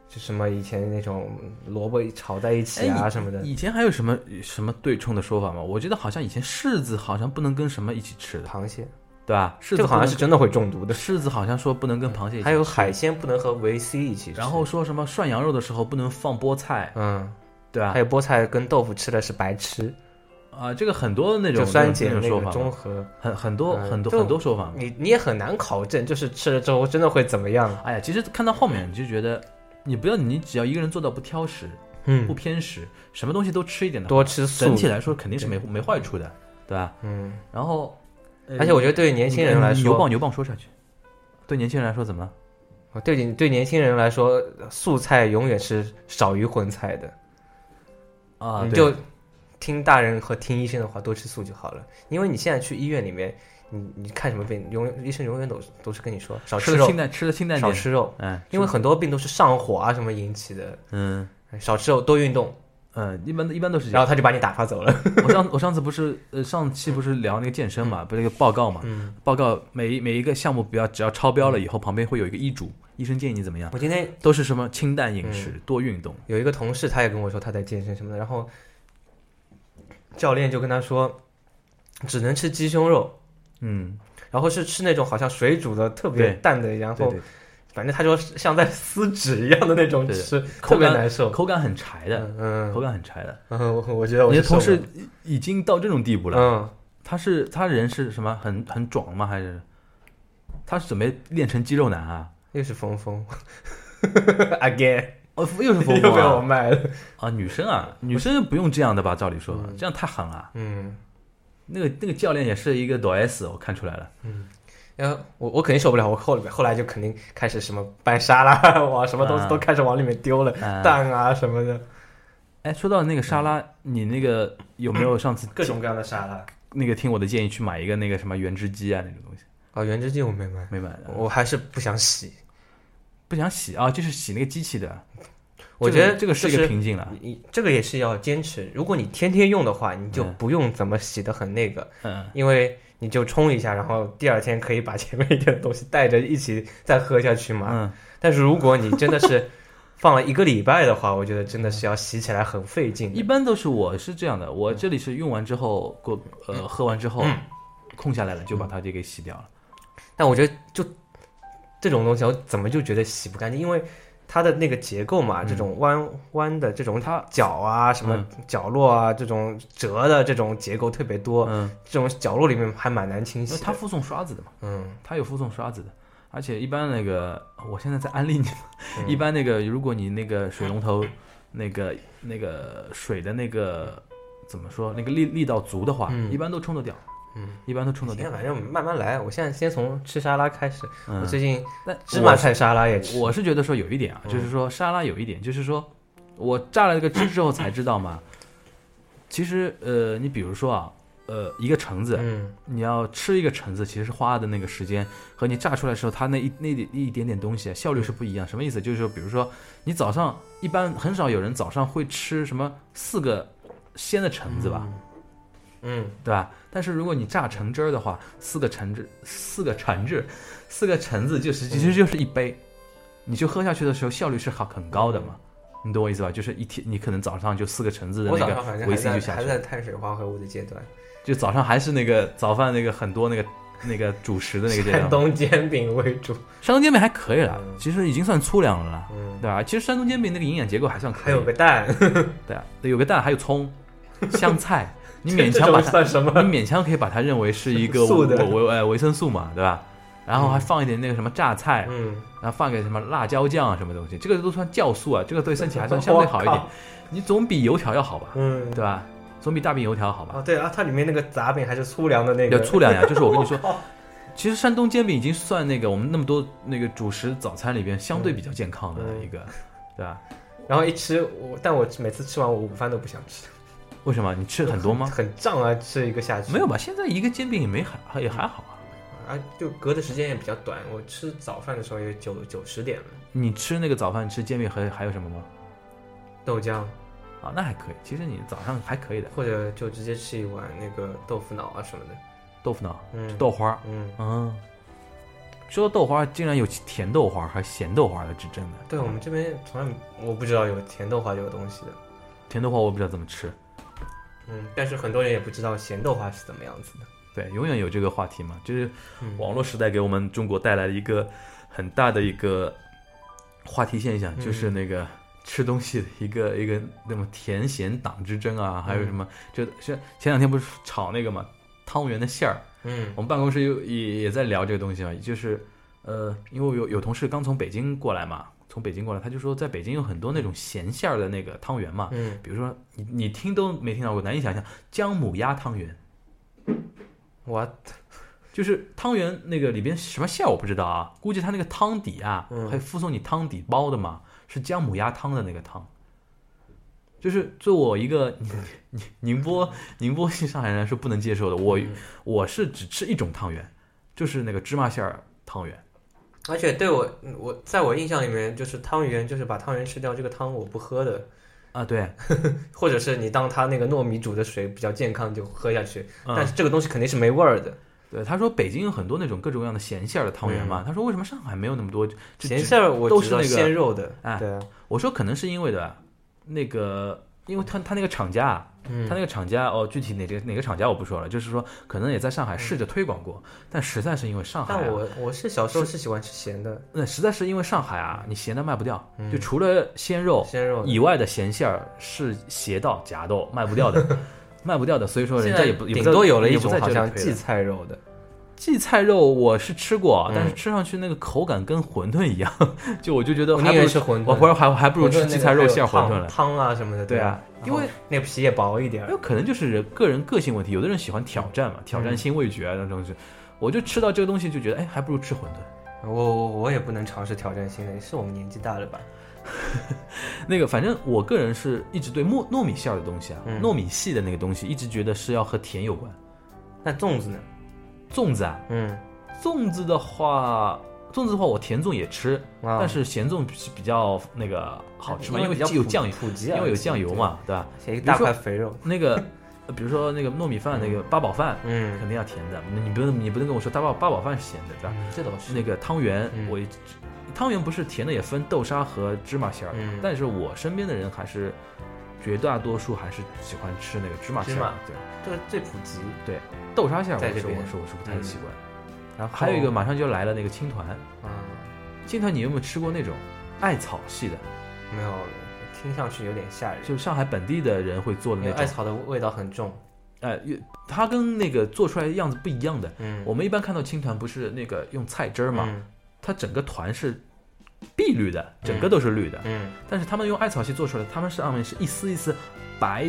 Speaker 3: 就什么以前那种萝卜炒在一起
Speaker 2: 哎
Speaker 3: 啊什么的，
Speaker 2: 以前还有什么什么对冲的说法吗？我觉得好像以前柿子好像不能跟什么一起吃的，
Speaker 3: 螃蟹
Speaker 2: 对吧？柿
Speaker 3: 这
Speaker 2: 子
Speaker 3: 个好像
Speaker 2: 不
Speaker 3: 是真的会中毒
Speaker 2: 能
Speaker 3: 的，
Speaker 2: 柿子好像说不能跟螃蟹一起，
Speaker 3: 还有海鲜不能和维 C 一起吃，
Speaker 2: 然后说什么涮羊肉的时候不能放菠菜，
Speaker 3: 嗯，
Speaker 2: 对吧
Speaker 3: 还？有菠菜跟豆腐吃的是白吃，
Speaker 2: 啊，这个很多那
Speaker 3: 就
Speaker 2: 种
Speaker 3: 酸碱
Speaker 2: 那种
Speaker 3: 那
Speaker 2: 说
Speaker 3: 个
Speaker 2: 法
Speaker 3: 中
Speaker 2: 嘛，
Speaker 3: 和，
Speaker 2: 很很多
Speaker 3: 嗯
Speaker 2: 很多
Speaker 3: 就
Speaker 2: 很多说法嘛。
Speaker 3: 你你也很难考证，就是吃了之后真的会怎么样，
Speaker 2: 哎呀，其实看到后面你就觉得，你不要你只要一个人做到不挑食、不
Speaker 3: 嗯，
Speaker 2: 偏食，什么东西都吃一点的话，
Speaker 3: 多吃素
Speaker 2: 整，体来说肯定是没没坏处的，对吧？
Speaker 3: 嗯，
Speaker 2: 然后，呃
Speaker 3: 而且我觉得对于年轻人来
Speaker 2: 你牛
Speaker 3: 说
Speaker 2: 蒡，牛蒡说下去，对年轻人来说怎么了？
Speaker 3: 对你对年轻人来说，素菜永远是少于荤菜的。
Speaker 2: 啊，
Speaker 3: 你
Speaker 2: 对
Speaker 3: 嗯就听大人和听医生的话，多吃素就好了。因为你现在去医院里面，你你看什么病，永远医生永远都是都是跟你说少吃
Speaker 2: 吃的
Speaker 3: 肉
Speaker 2: 清，淡，吃的清淡
Speaker 3: 少
Speaker 2: 点，
Speaker 3: 吃肉，
Speaker 2: 嗯，
Speaker 3: 因为很多病都是上火啊什么引起的，
Speaker 2: 嗯
Speaker 3: 少吃肉，多运动，
Speaker 2: 嗯，一般一般都是这
Speaker 3: 然
Speaker 2: 样。
Speaker 3: 后他就把你打发走了。
Speaker 2: 我上我上次不是呃上期不是聊那个健身嘛，不是那个报告嘛，
Speaker 3: 嗯，
Speaker 2: 报告每一每一个项目不要只要超标了以后，旁边会有一个医嘱，医生建议你怎么样，
Speaker 3: 我今天
Speaker 2: 都是什么清淡饮食，
Speaker 3: 嗯
Speaker 2: 多运动。
Speaker 3: 有一个同事，他也跟我说他在健身什么的，然后教练就跟他说，只能吃鸡胸肉，
Speaker 2: 嗯，
Speaker 3: 然后是吃那种好像水煮的特别
Speaker 2: 对
Speaker 3: 淡的，然
Speaker 2: 对
Speaker 3: 后
Speaker 2: 对，
Speaker 3: 反正他说像在撕纸一样的那种
Speaker 2: 对的
Speaker 3: 吃，
Speaker 2: 口
Speaker 3: 特别
Speaker 2: 感
Speaker 3: 难受。
Speaker 2: 口感很柴的，
Speaker 3: 嗯嗯，
Speaker 2: 口感很柴的。
Speaker 3: 嗯， 我我觉得我
Speaker 2: 你的
Speaker 3: 是
Speaker 2: 同
Speaker 3: 受
Speaker 2: 事
Speaker 3: 不了
Speaker 2: 已已经到这种地步了，
Speaker 3: 嗯，
Speaker 2: 他是他人是什么？很很壮吗？还是他是准备练成肌肉男啊？
Speaker 3: 又是峰峰 ，again，
Speaker 2: 哦，又是佛
Speaker 3: 又被我
Speaker 2: 光啊
Speaker 3: 卖了。
Speaker 2: 啊！女生啊，女生不用这样的吧？照理说
Speaker 3: 嗯，
Speaker 2: 这样太狠了。
Speaker 3: 嗯，
Speaker 2: 那个那个教练也是一个抖 S，我看出来了。
Speaker 3: 然后我我肯定受不了，我后来后来就肯定开始什么拌沙拉 哇，什么东西
Speaker 2: 啊
Speaker 3: 都开始往里面丢了，
Speaker 2: 啊
Speaker 3: 蛋啊什么的，
Speaker 2: 哎，说到那个沙拉，
Speaker 3: 嗯
Speaker 2: 你那个有没有上次
Speaker 3: 各种各样的沙拉。
Speaker 2: 那个听我的建议去买一个那个什么原汁机啊那种东西？
Speaker 3: 啊，原汁机我没买，
Speaker 2: 没买的，
Speaker 3: 我还是不想洗。
Speaker 2: 不想洗啊，就是洗那个机器的。
Speaker 3: 我
Speaker 2: 这
Speaker 3: 觉
Speaker 2: 个
Speaker 3: 得
Speaker 2: 这个
Speaker 3: 就
Speaker 2: 一
Speaker 3: 是
Speaker 2: 个瓶颈了。
Speaker 3: 你这个也是要坚持。如果你天天用的话，你就
Speaker 2: 嗯
Speaker 3: 不用怎么洗的很那个，
Speaker 2: 嗯，
Speaker 3: 因为你就冲一下，然后第二天可以把前面一点的东西带着一起再喝下去嘛。
Speaker 2: 嗯，
Speaker 3: 但是如果你真的是放了一个礼拜的话，我觉得真的是要洗起来很费劲
Speaker 2: 一
Speaker 3: 的。
Speaker 2: 般都是我是这样的，我这里是用完之后过呃喝完之后
Speaker 3: 嗯
Speaker 2: 空下来了，就把它就给洗掉了。
Speaker 3: 但我觉得就这种东西，我怎么就觉得洗不干净？因为它的那个结构嘛，这种弯弯的这种
Speaker 2: 嗯它嗯
Speaker 3: 角啊，什么角落啊，这种折的这种结构特别多，
Speaker 2: 嗯，
Speaker 3: 这种角落里面还蛮难清
Speaker 2: 因为
Speaker 3: 洗
Speaker 2: 它
Speaker 3: 的。
Speaker 2: 附送刷子的嘛，
Speaker 3: 嗯，
Speaker 2: 它有附送刷子的。而且一般那个，我现在在安利你，
Speaker 3: 嗯
Speaker 2: 一般那个如果你那个水龙头那个那个水的那个怎么说那个力力道足的话，
Speaker 3: 嗯
Speaker 2: 一般都冲得掉。
Speaker 3: 嗯，
Speaker 2: 一般都冲得
Speaker 3: 今
Speaker 2: 掉
Speaker 3: 天。反正慢慢来，我现在先从吃沙拉开始。
Speaker 2: 嗯
Speaker 3: 我最近
Speaker 2: 但
Speaker 3: 芝麻菜沙拉也吃，嗯
Speaker 2: 我是觉得说有一点啊，就是说沙拉有一点，就是说我榨了这个汁之后才知道嘛。其实呃，你比如说啊，呃，一个橙子，
Speaker 3: 嗯
Speaker 2: 你要吃一个橙子，其实花的那个时间和你榨出来的时候，它那一那一一点点东西啊效率是不一样。什么意思？就是说，比如说你早上一般很少有人早上会吃什么四个鲜的橙子吧，
Speaker 3: 嗯，
Speaker 2: 对吧？但是如果你榨橙汁儿的话，四个橙汁，四个橙汁，四个橙子
Speaker 3: 嗯
Speaker 2: 就是其实就是一杯，你就喝下去的时候效率是很很高的嘛，你懂我意思吧？就是一天你可能早上就四个橙子的
Speaker 3: 我
Speaker 2: 那
Speaker 3: 早上反
Speaker 2: 个
Speaker 3: 正还
Speaker 2: 维 C
Speaker 3: 在
Speaker 2: 就下
Speaker 3: 还
Speaker 2: 去
Speaker 3: 在
Speaker 2: 了，
Speaker 3: 碳水化合物的阶段，
Speaker 2: 就早上还是那个早饭那个很多那个那个主食的那个阶
Speaker 3: 山
Speaker 2: 段。
Speaker 3: 东煎饼为主，
Speaker 2: 山东煎饼还可以了
Speaker 3: 嗯，
Speaker 2: 其实已经算粗粮了啦，
Speaker 3: 嗯，
Speaker 2: 对吧？其实山东煎饼那个营养结构还算
Speaker 3: 还
Speaker 2: 可以
Speaker 3: 有，个蛋，
Speaker 2: 对啊，有个蛋，还有 葱、香菜，你勉
Speaker 3: 这
Speaker 2: 强把
Speaker 3: 种
Speaker 2: 它
Speaker 3: 算 什
Speaker 2: 你
Speaker 3: 么？
Speaker 2: 勉强可以把它认为是一个
Speaker 3: 素的
Speaker 2: 维维呃维生素嘛，对吧？然后还放一点那个什么榨菜，
Speaker 3: 嗯，
Speaker 2: 然后放个什么辣椒酱啊什么东西，这个都算酵素啊，这个对身体还算相对好一
Speaker 3: 我
Speaker 2: 点
Speaker 3: 靠。
Speaker 2: 你总比油条要好吧，
Speaker 3: 嗯
Speaker 2: 对，吧？总比大饼油条好吧
Speaker 3: 哦？对啊，它里面那个杂饼还是粗粮的那
Speaker 2: 要
Speaker 3: 个，
Speaker 2: 粗粮 呀，就是我跟你说
Speaker 3: 我靠，
Speaker 2: 其实山东煎饼已经算那个我们那么多那个主食早餐里边相对比较健康的
Speaker 3: 嗯
Speaker 2: 一个，对吧？
Speaker 3: 然后一吃我，但我每次吃完我午饭都不想吃，
Speaker 2: 为什么你吃很多 吗？
Speaker 3: 很胀啊，吃一个下去
Speaker 2: 没有吧？现在一个煎饼也没还也还好啊。
Speaker 3: 啊，就隔的时间也比较短，我吃早饭的时候也九九十点了，
Speaker 2: 你吃那个早饭吃煎饼和还有什么吗？
Speaker 3: 豆浆。
Speaker 2: 啊，那还可以，其实你早上还可以的，
Speaker 3: 或者就直接吃一碗那个豆腐脑啊什么的。
Speaker 2: 豆腐脑。
Speaker 3: 嗯，
Speaker 2: 豆花儿，
Speaker 3: 嗯，
Speaker 2: 嗯，说到豆花儿，竟然有甜豆花儿和咸豆花儿的指啊针的。
Speaker 3: 对我们这边从来我不知道有甜豆花这个东西的。
Speaker 2: 甜豆花我不知道怎么吃，
Speaker 3: 嗯，但是很多人也不知道咸豆花是怎么样子的。
Speaker 2: 对，永远有这个话题嘛，就是
Speaker 3: 嗯
Speaker 2: 网络时代给我们中国带来了一个很大的一个话题现象，
Speaker 3: 嗯
Speaker 2: 就是那个。吃东西的一个一个那么甜咸党之争啊，还有什么？
Speaker 3: 嗯
Speaker 2: 这是前两天不是炒那个嘛，汤圆的馅儿，
Speaker 3: 嗯
Speaker 2: 我们办公室有也也在聊这个东西嘛，就是呃，因为我有有同事刚从北京过来嘛，从北京过来，他就说在北京有很多那种咸馅儿的那个汤圆嘛，
Speaker 3: 嗯，
Speaker 2: 比如说你你听都没听到过，难以想象姜母鸭汤圆，
Speaker 3: 我
Speaker 2: 就是汤圆那个里边什么馅儿我不知道啊，估计它那个汤底啊，
Speaker 3: 嗯
Speaker 2: 还有附送你汤底包的嘛，是姜母鸭汤的那个汤。就是作为我一个 宁宁宁波宁波系上海人来说不能接受的，我我是只吃一种汤圆，就是那个芝麻馅儿汤圆。
Speaker 3: 而且对我嗯我在我印象里面就是汤圆，就是把汤圆吃掉，这个汤我不喝的。
Speaker 2: 啊，对，
Speaker 3: 或者是你当它那个糯米煮的水比较健康就喝下去，
Speaker 2: 嗯
Speaker 3: 但是这个东西肯定是没味儿的。
Speaker 2: 对，他说北京有很多那种各种各样的咸馅儿的汤圆嘛，他说为什么上海没有那么多？就
Speaker 3: 嗯咸馅儿我
Speaker 2: 都
Speaker 3: 知
Speaker 2: 是
Speaker 3: 道
Speaker 2: 那个
Speaker 3: 鲜肉的，
Speaker 2: 哎
Speaker 3: 对啊，
Speaker 2: 我说可能是因为的，那个，因为他他那个厂家啊，
Speaker 3: 嗯
Speaker 2: 他那个厂家哦，具体哪个哪个厂家我不说了，就是说可能也在上海试着推广过，但实在是因为上海、啊，
Speaker 3: 嗯但我我是小时候是喜欢吃咸的，
Speaker 2: 那实在是因为上海啊，
Speaker 3: 嗯
Speaker 2: 你咸的卖不掉，就除了鲜肉
Speaker 3: 鲜肉的
Speaker 2: 以外的咸馅儿是邪道夹 道卖不掉的，卖不掉的，所以说人
Speaker 3: 现
Speaker 2: 家
Speaker 3: 在
Speaker 2: 也不也不
Speaker 3: 顶
Speaker 2: 在
Speaker 3: 多有了
Speaker 2: 也
Speaker 3: 一
Speaker 2: 不
Speaker 3: 种
Speaker 2: 在
Speaker 3: 好
Speaker 2: 这里
Speaker 3: 像
Speaker 2: 推
Speaker 3: 荠
Speaker 2: 了
Speaker 3: 菜肉的，
Speaker 2: 荠菜肉我是吃过，但是吃上去那个口感跟馄饨一样， 就我就觉得
Speaker 3: 我
Speaker 2: 还
Speaker 3: 宁
Speaker 2: 不
Speaker 3: 愿
Speaker 2: 如
Speaker 3: 吃馄饨
Speaker 2: 我不是还还不如
Speaker 3: 馄饨
Speaker 2: 吃
Speaker 3: 那
Speaker 2: 荠
Speaker 3: 个
Speaker 2: 菜
Speaker 3: 还
Speaker 2: 肉
Speaker 3: 有
Speaker 2: 馅馄饨
Speaker 3: 汤
Speaker 2: 了。
Speaker 3: 汤啊什么的，
Speaker 2: 对啊嗯
Speaker 3: 吧？
Speaker 2: 因为
Speaker 3: 然后那个皮也薄一点儿
Speaker 2: 有，可能就是人个人个性问题，有的人喜欢挑战嘛，挑战新味觉啊那种东西。我就吃到这个东西就觉得，哎，还不如吃馄饨。
Speaker 3: 我我我也不能尝试挑战性的，是我们年纪大了吧？
Speaker 2: 那个，反正我个人是一直对糯糯米馅儿的东西啊，
Speaker 3: 嗯
Speaker 2: 糯米系的那个东西，一直觉得是要和甜有关。
Speaker 3: 那粽子呢？
Speaker 2: 粽子啊，
Speaker 3: 嗯，
Speaker 2: 粽子的话，粽子的话，我甜粽也吃，
Speaker 3: 啊
Speaker 2: 但是咸粽是比较那个好吃嘛，因为
Speaker 3: 比较
Speaker 2: 有
Speaker 3: 普
Speaker 2: 酱油，
Speaker 3: 普及啊，
Speaker 2: 因为有酱油嘛，对吧？
Speaker 3: 对，一
Speaker 2: 比如
Speaker 3: 大
Speaker 2: 说
Speaker 3: 块肥肉，
Speaker 2: 那个， 呃比如说那个糯米饭，那个八宝饭，
Speaker 3: 嗯
Speaker 2: 肯定要甜的，你不能你不能跟我说大宝八宝饭是咸的，对吧？
Speaker 3: 嗯这倒是
Speaker 2: 那个汤圆，
Speaker 3: 嗯
Speaker 2: 我一直汤圆不是甜的，也分豆沙和芝麻馅儿
Speaker 3: 嗯，
Speaker 2: 但是我身边的人还是绝大多数还是喜欢吃那个芝麻馅
Speaker 3: 芝
Speaker 2: 儿
Speaker 3: 麻，
Speaker 2: 对
Speaker 3: 这个最普及。
Speaker 2: 对，豆沙馅儿我
Speaker 3: 在
Speaker 2: 是
Speaker 3: 这边
Speaker 2: 我是我是不太
Speaker 3: 嗯
Speaker 2: 习惯。
Speaker 3: 然后
Speaker 2: 还有一个马上就要来了那个青团。
Speaker 3: 啊，
Speaker 2: 青团，你有没有吃过那种艾草系的？
Speaker 3: 没有，听上去有点吓人。
Speaker 2: 就上海本地的人会做的
Speaker 3: 因为
Speaker 2: 那
Speaker 3: 艾
Speaker 2: 种，
Speaker 3: 草的味道很重，
Speaker 2: 哎，越它跟那个做出来的样子不一样的。
Speaker 3: 嗯，
Speaker 2: 我们一般看到青团不是那个用菜汁儿嘛，
Speaker 3: 嗯
Speaker 2: 它整个团是碧绿的，整个都是绿的。
Speaker 3: 嗯
Speaker 2: 但是他们用艾草系做出来的，他们上面是一丝一丝白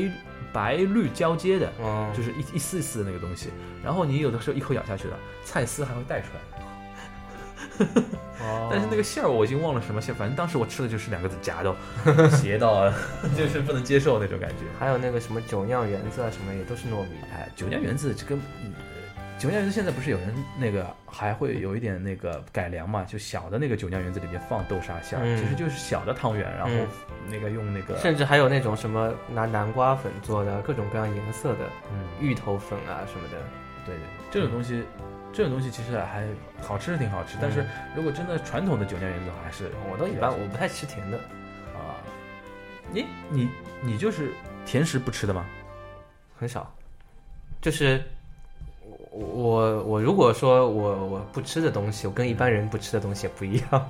Speaker 2: 白绿交接的，
Speaker 3: 哦，
Speaker 2: 就是一一丝一丝的那个东西。然后你有的时候一口咬下去了，菜丝还会带出来。
Speaker 3: 哦
Speaker 2: 但是那个馅儿我已经忘了什么馅儿，反正当时我吃的就是两个字夹 到斜到啊， 就是不能接受那种感觉。
Speaker 3: 还有那个什么酒酿圆子啊，什么也都是糯米的。
Speaker 2: 哎，酒酿圆子这个，嗯呃酒酿圆子现在不是有人那个还会有一点那个改良嘛？就小的那个酒酿圆子里面放豆沙馅儿，
Speaker 3: 嗯
Speaker 2: 其实就是小的汤圆，然后
Speaker 3: 嗯
Speaker 2: 那个用那个，
Speaker 3: 甚至还有那种什么拿南瓜粉做的，各种各样颜色的
Speaker 2: 嗯，
Speaker 3: 芋头粉啊什么的。
Speaker 2: 对对，嗯这种东西，这种东西其实还好吃是挺好吃，但是如果真的传统的酒酿圆子的话，还是
Speaker 3: 我都一般，我不太吃甜的。
Speaker 2: 啊，你你你就是甜食不吃的吗？
Speaker 3: 很少，就是我我我如果说我我不吃的东西，我跟一般人不吃的东西也不一样，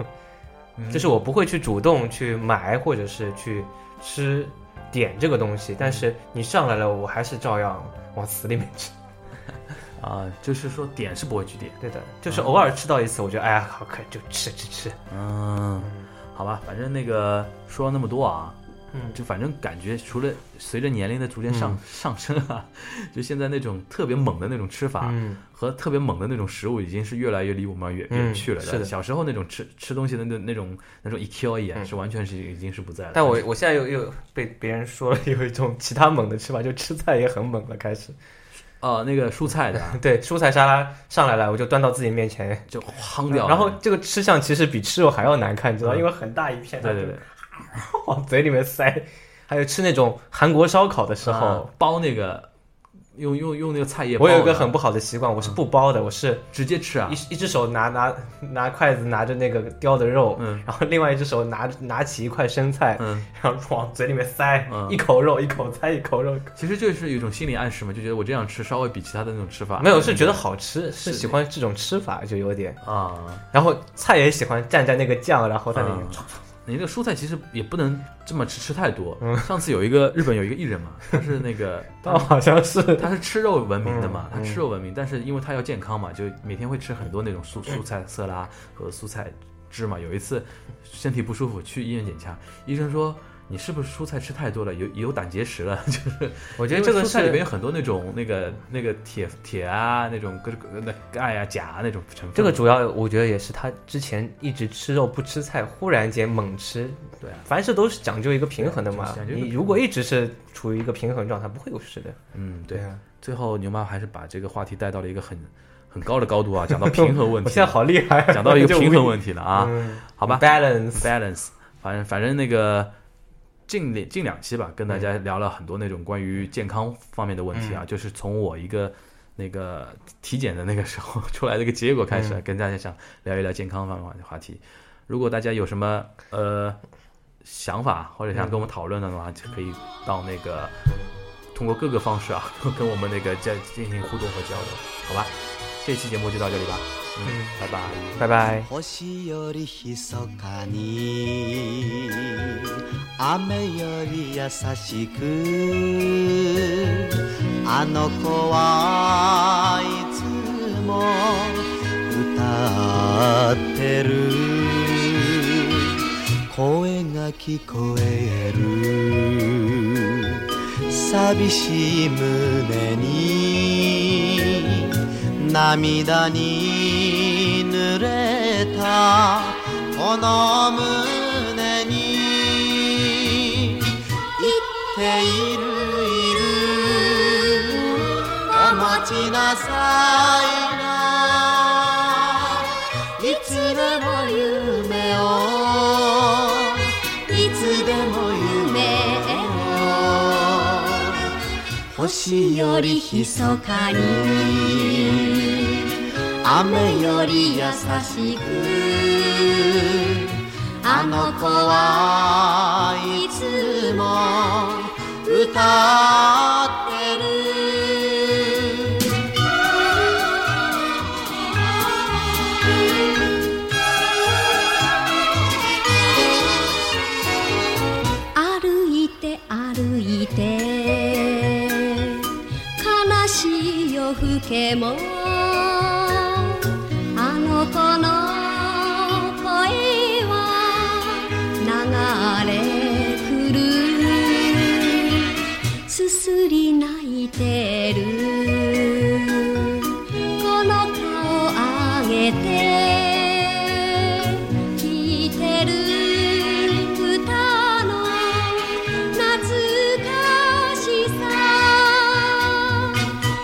Speaker 3: 就是我不会去主动去买或者是去吃点这个东西，但是你上来了，我还是照样往死里面吃。
Speaker 2: 啊，就是说点是不会去点，
Speaker 3: 对的， 就是偶尔吃到一次，我觉得哎呀好可以就吃吃吃。
Speaker 2: 嗯，好吧，反正那个说了那么多啊，
Speaker 3: 嗯
Speaker 2: 就反正感觉除了随着年龄的逐渐上、
Speaker 3: 嗯
Speaker 2: 上升啊， 就现在那种特别猛的那种吃法、
Speaker 3: 嗯，
Speaker 2: 和特别猛的那种食物，已经是越来越离我们远
Speaker 3: 嗯
Speaker 2: 远去了
Speaker 3: 是的
Speaker 2: 小时候那种吃吃东西的那那种那种 EQE 啊，
Speaker 3: 嗯
Speaker 2: 是完全是已经是不在了。
Speaker 3: 但我我现在又又被别人说了有一种其他猛的吃法，就吃菜也很猛了，开始。
Speaker 2: 呃那个蔬菜的啊
Speaker 3: 对，蔬菜沙拉上来了，我就端到自己面前，
Speaker 2: 就夯掉了，
Speaker 3: 然后这个吃相其实比吃肉还要难看，你知道，
Speaker 2: 嗯
Speaker 3: 因为很大一片，
Speaker 2: 对对对，，
Speaker 3: 往嘴里面塞。还有吃那种韩国烧烤的时候
Speaker 2: 啊，包那个用用用那个菜叶包
Speaker 3: 我
Speaker 2: 的，
Speaker 3: 有一个很不好的习惯，我是不包的，我是
Speaker 2: 直接吃啊
Speaker 3: 一，一只手拿拿拿筷子拿着那个雕的肉，
Speaker 2: 嗯
Speaker 3: 然后另外一只手拿拿起一块生菜，
Speaker 2: 嗯，
Speaker 3: 然后往嘴里面塞，
Speaker 2: 嗯
Speaker 3: 一口肉一口菜一口肉，
Speaker 2: 其实就是有一种心理暗示嘛，就觉得我这样吃稍微比其他的那种吃法
Speaker 3: 没有是觉得好吃，
Speaker 2: 是
Speaker 3: 是喜欢这种吃法就有点，
Speaker 2: 啊。
Speaker 3: 然后菜也喜欢蘸蘸那个酱，然后在里面
Speaker 2: 嗯你那个蔬菜其实也不能这么吃吃太多。
Speaker 3: 嗯
Speaker 2: 上次有一个日本有一个艺人嘛，他是那 个
Speaker 3: 哦，好像是
Speaker 2: 他是吃肉闻名的嘛，
Speaker 3: 嗯
Speaker 2: 他吃肉闻名，但是因为他要健康嘛，就每天会吃很多那种蔬蔬菜色拉和蔬菜汁嘛。有一次身体不舒服去医院检查，医生说。你是不是蔬菜吃太多了，有有胆结石了？ 就是
Speaker 3: 我觉
Speaker 2: 因为
Speaker 3: 得这个
Speaker 2: 蔬菜
Speaker 3: 是
Speaker 2: 里面有很多那种那个那个铁铁啊，那种各种那钙啊、钾啊那种成分。
Speaker 3: 这个主要我觉得也是他之前一直吃肉不吃菜，忽然间猛吃，
Speaker 2: 对啊，
Speaker 3: 凡事都是讲究一个平衡的嘛
Speaker 2: 讲。究一个
Speaker 3: 你
Speaker 2: 平衡
Speaker 3: 如果一直是处于一个平衡状态，不会有事的。
Speaker 2: 嗯，对，
Speaker 3: 啊，
Speaker 2: 最后牛妈还是把这个话题带到了一个很很高的高度啊， 讲到平衡问
Speaker 3: 我
Speaker 2: 题，
Speaker 3: 现在好厉害，
Speaker 2: 讲 到一个平衡问
Speaker 3: 题
Speaker 2: 题了啊，好吧
Speaker 3: 嗯，balance，
Speaker 2: ，balance，反正反正那个近两近两期吧，跟大家聊了很多那种关于健康方面的问题啊，就是从我一个。那个体检的那个时候出来的一个结果开始啊，跟大家想聊一聊健康方面的话题。如果大家有什么呃想法或者想跟我们讨论的话，就可以到那个通过各个方式啊， 跟我们那个交进行互动和交流，好吧？这期节目就到这里吧，嗯，拜拜。
Speaker 3: 拜拜。
Speaker 4: 星よりひそかに雨より優しくあの子はいつもも歌ってる声が聞こえる寂しい胸に涙に濡れたこの胸に言っているいるお待ちなさいないつでも夢をいつでも夢を星よりひそかに雨より優しくあの子はいつも歌ってる
Speaker 5: 歩いて歩いて悲しい夜更けもあの子の声は流れ来るすすり泣いてるこの顔上げて聞いてる歌の懐かしさ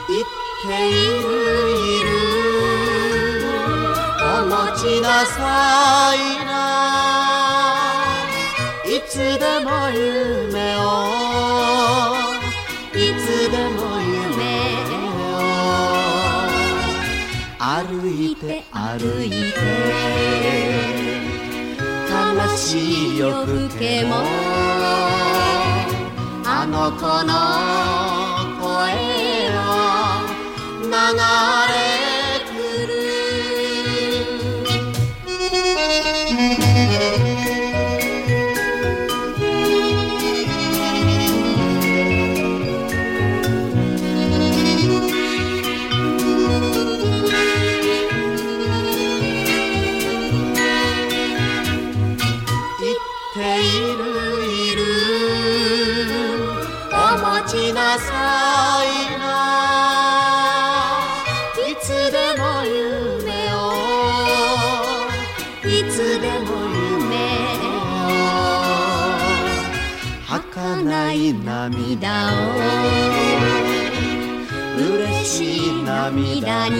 Speaker 4: 言っているいるお持ちなさいないつでも夢をいつでも夢を歩いて歩いて悲しい夜更けもあの子の声は流れ来る言っているいるお待ちなさいないつでも夢をいつでも夢を儚い涙を嬉しい涙に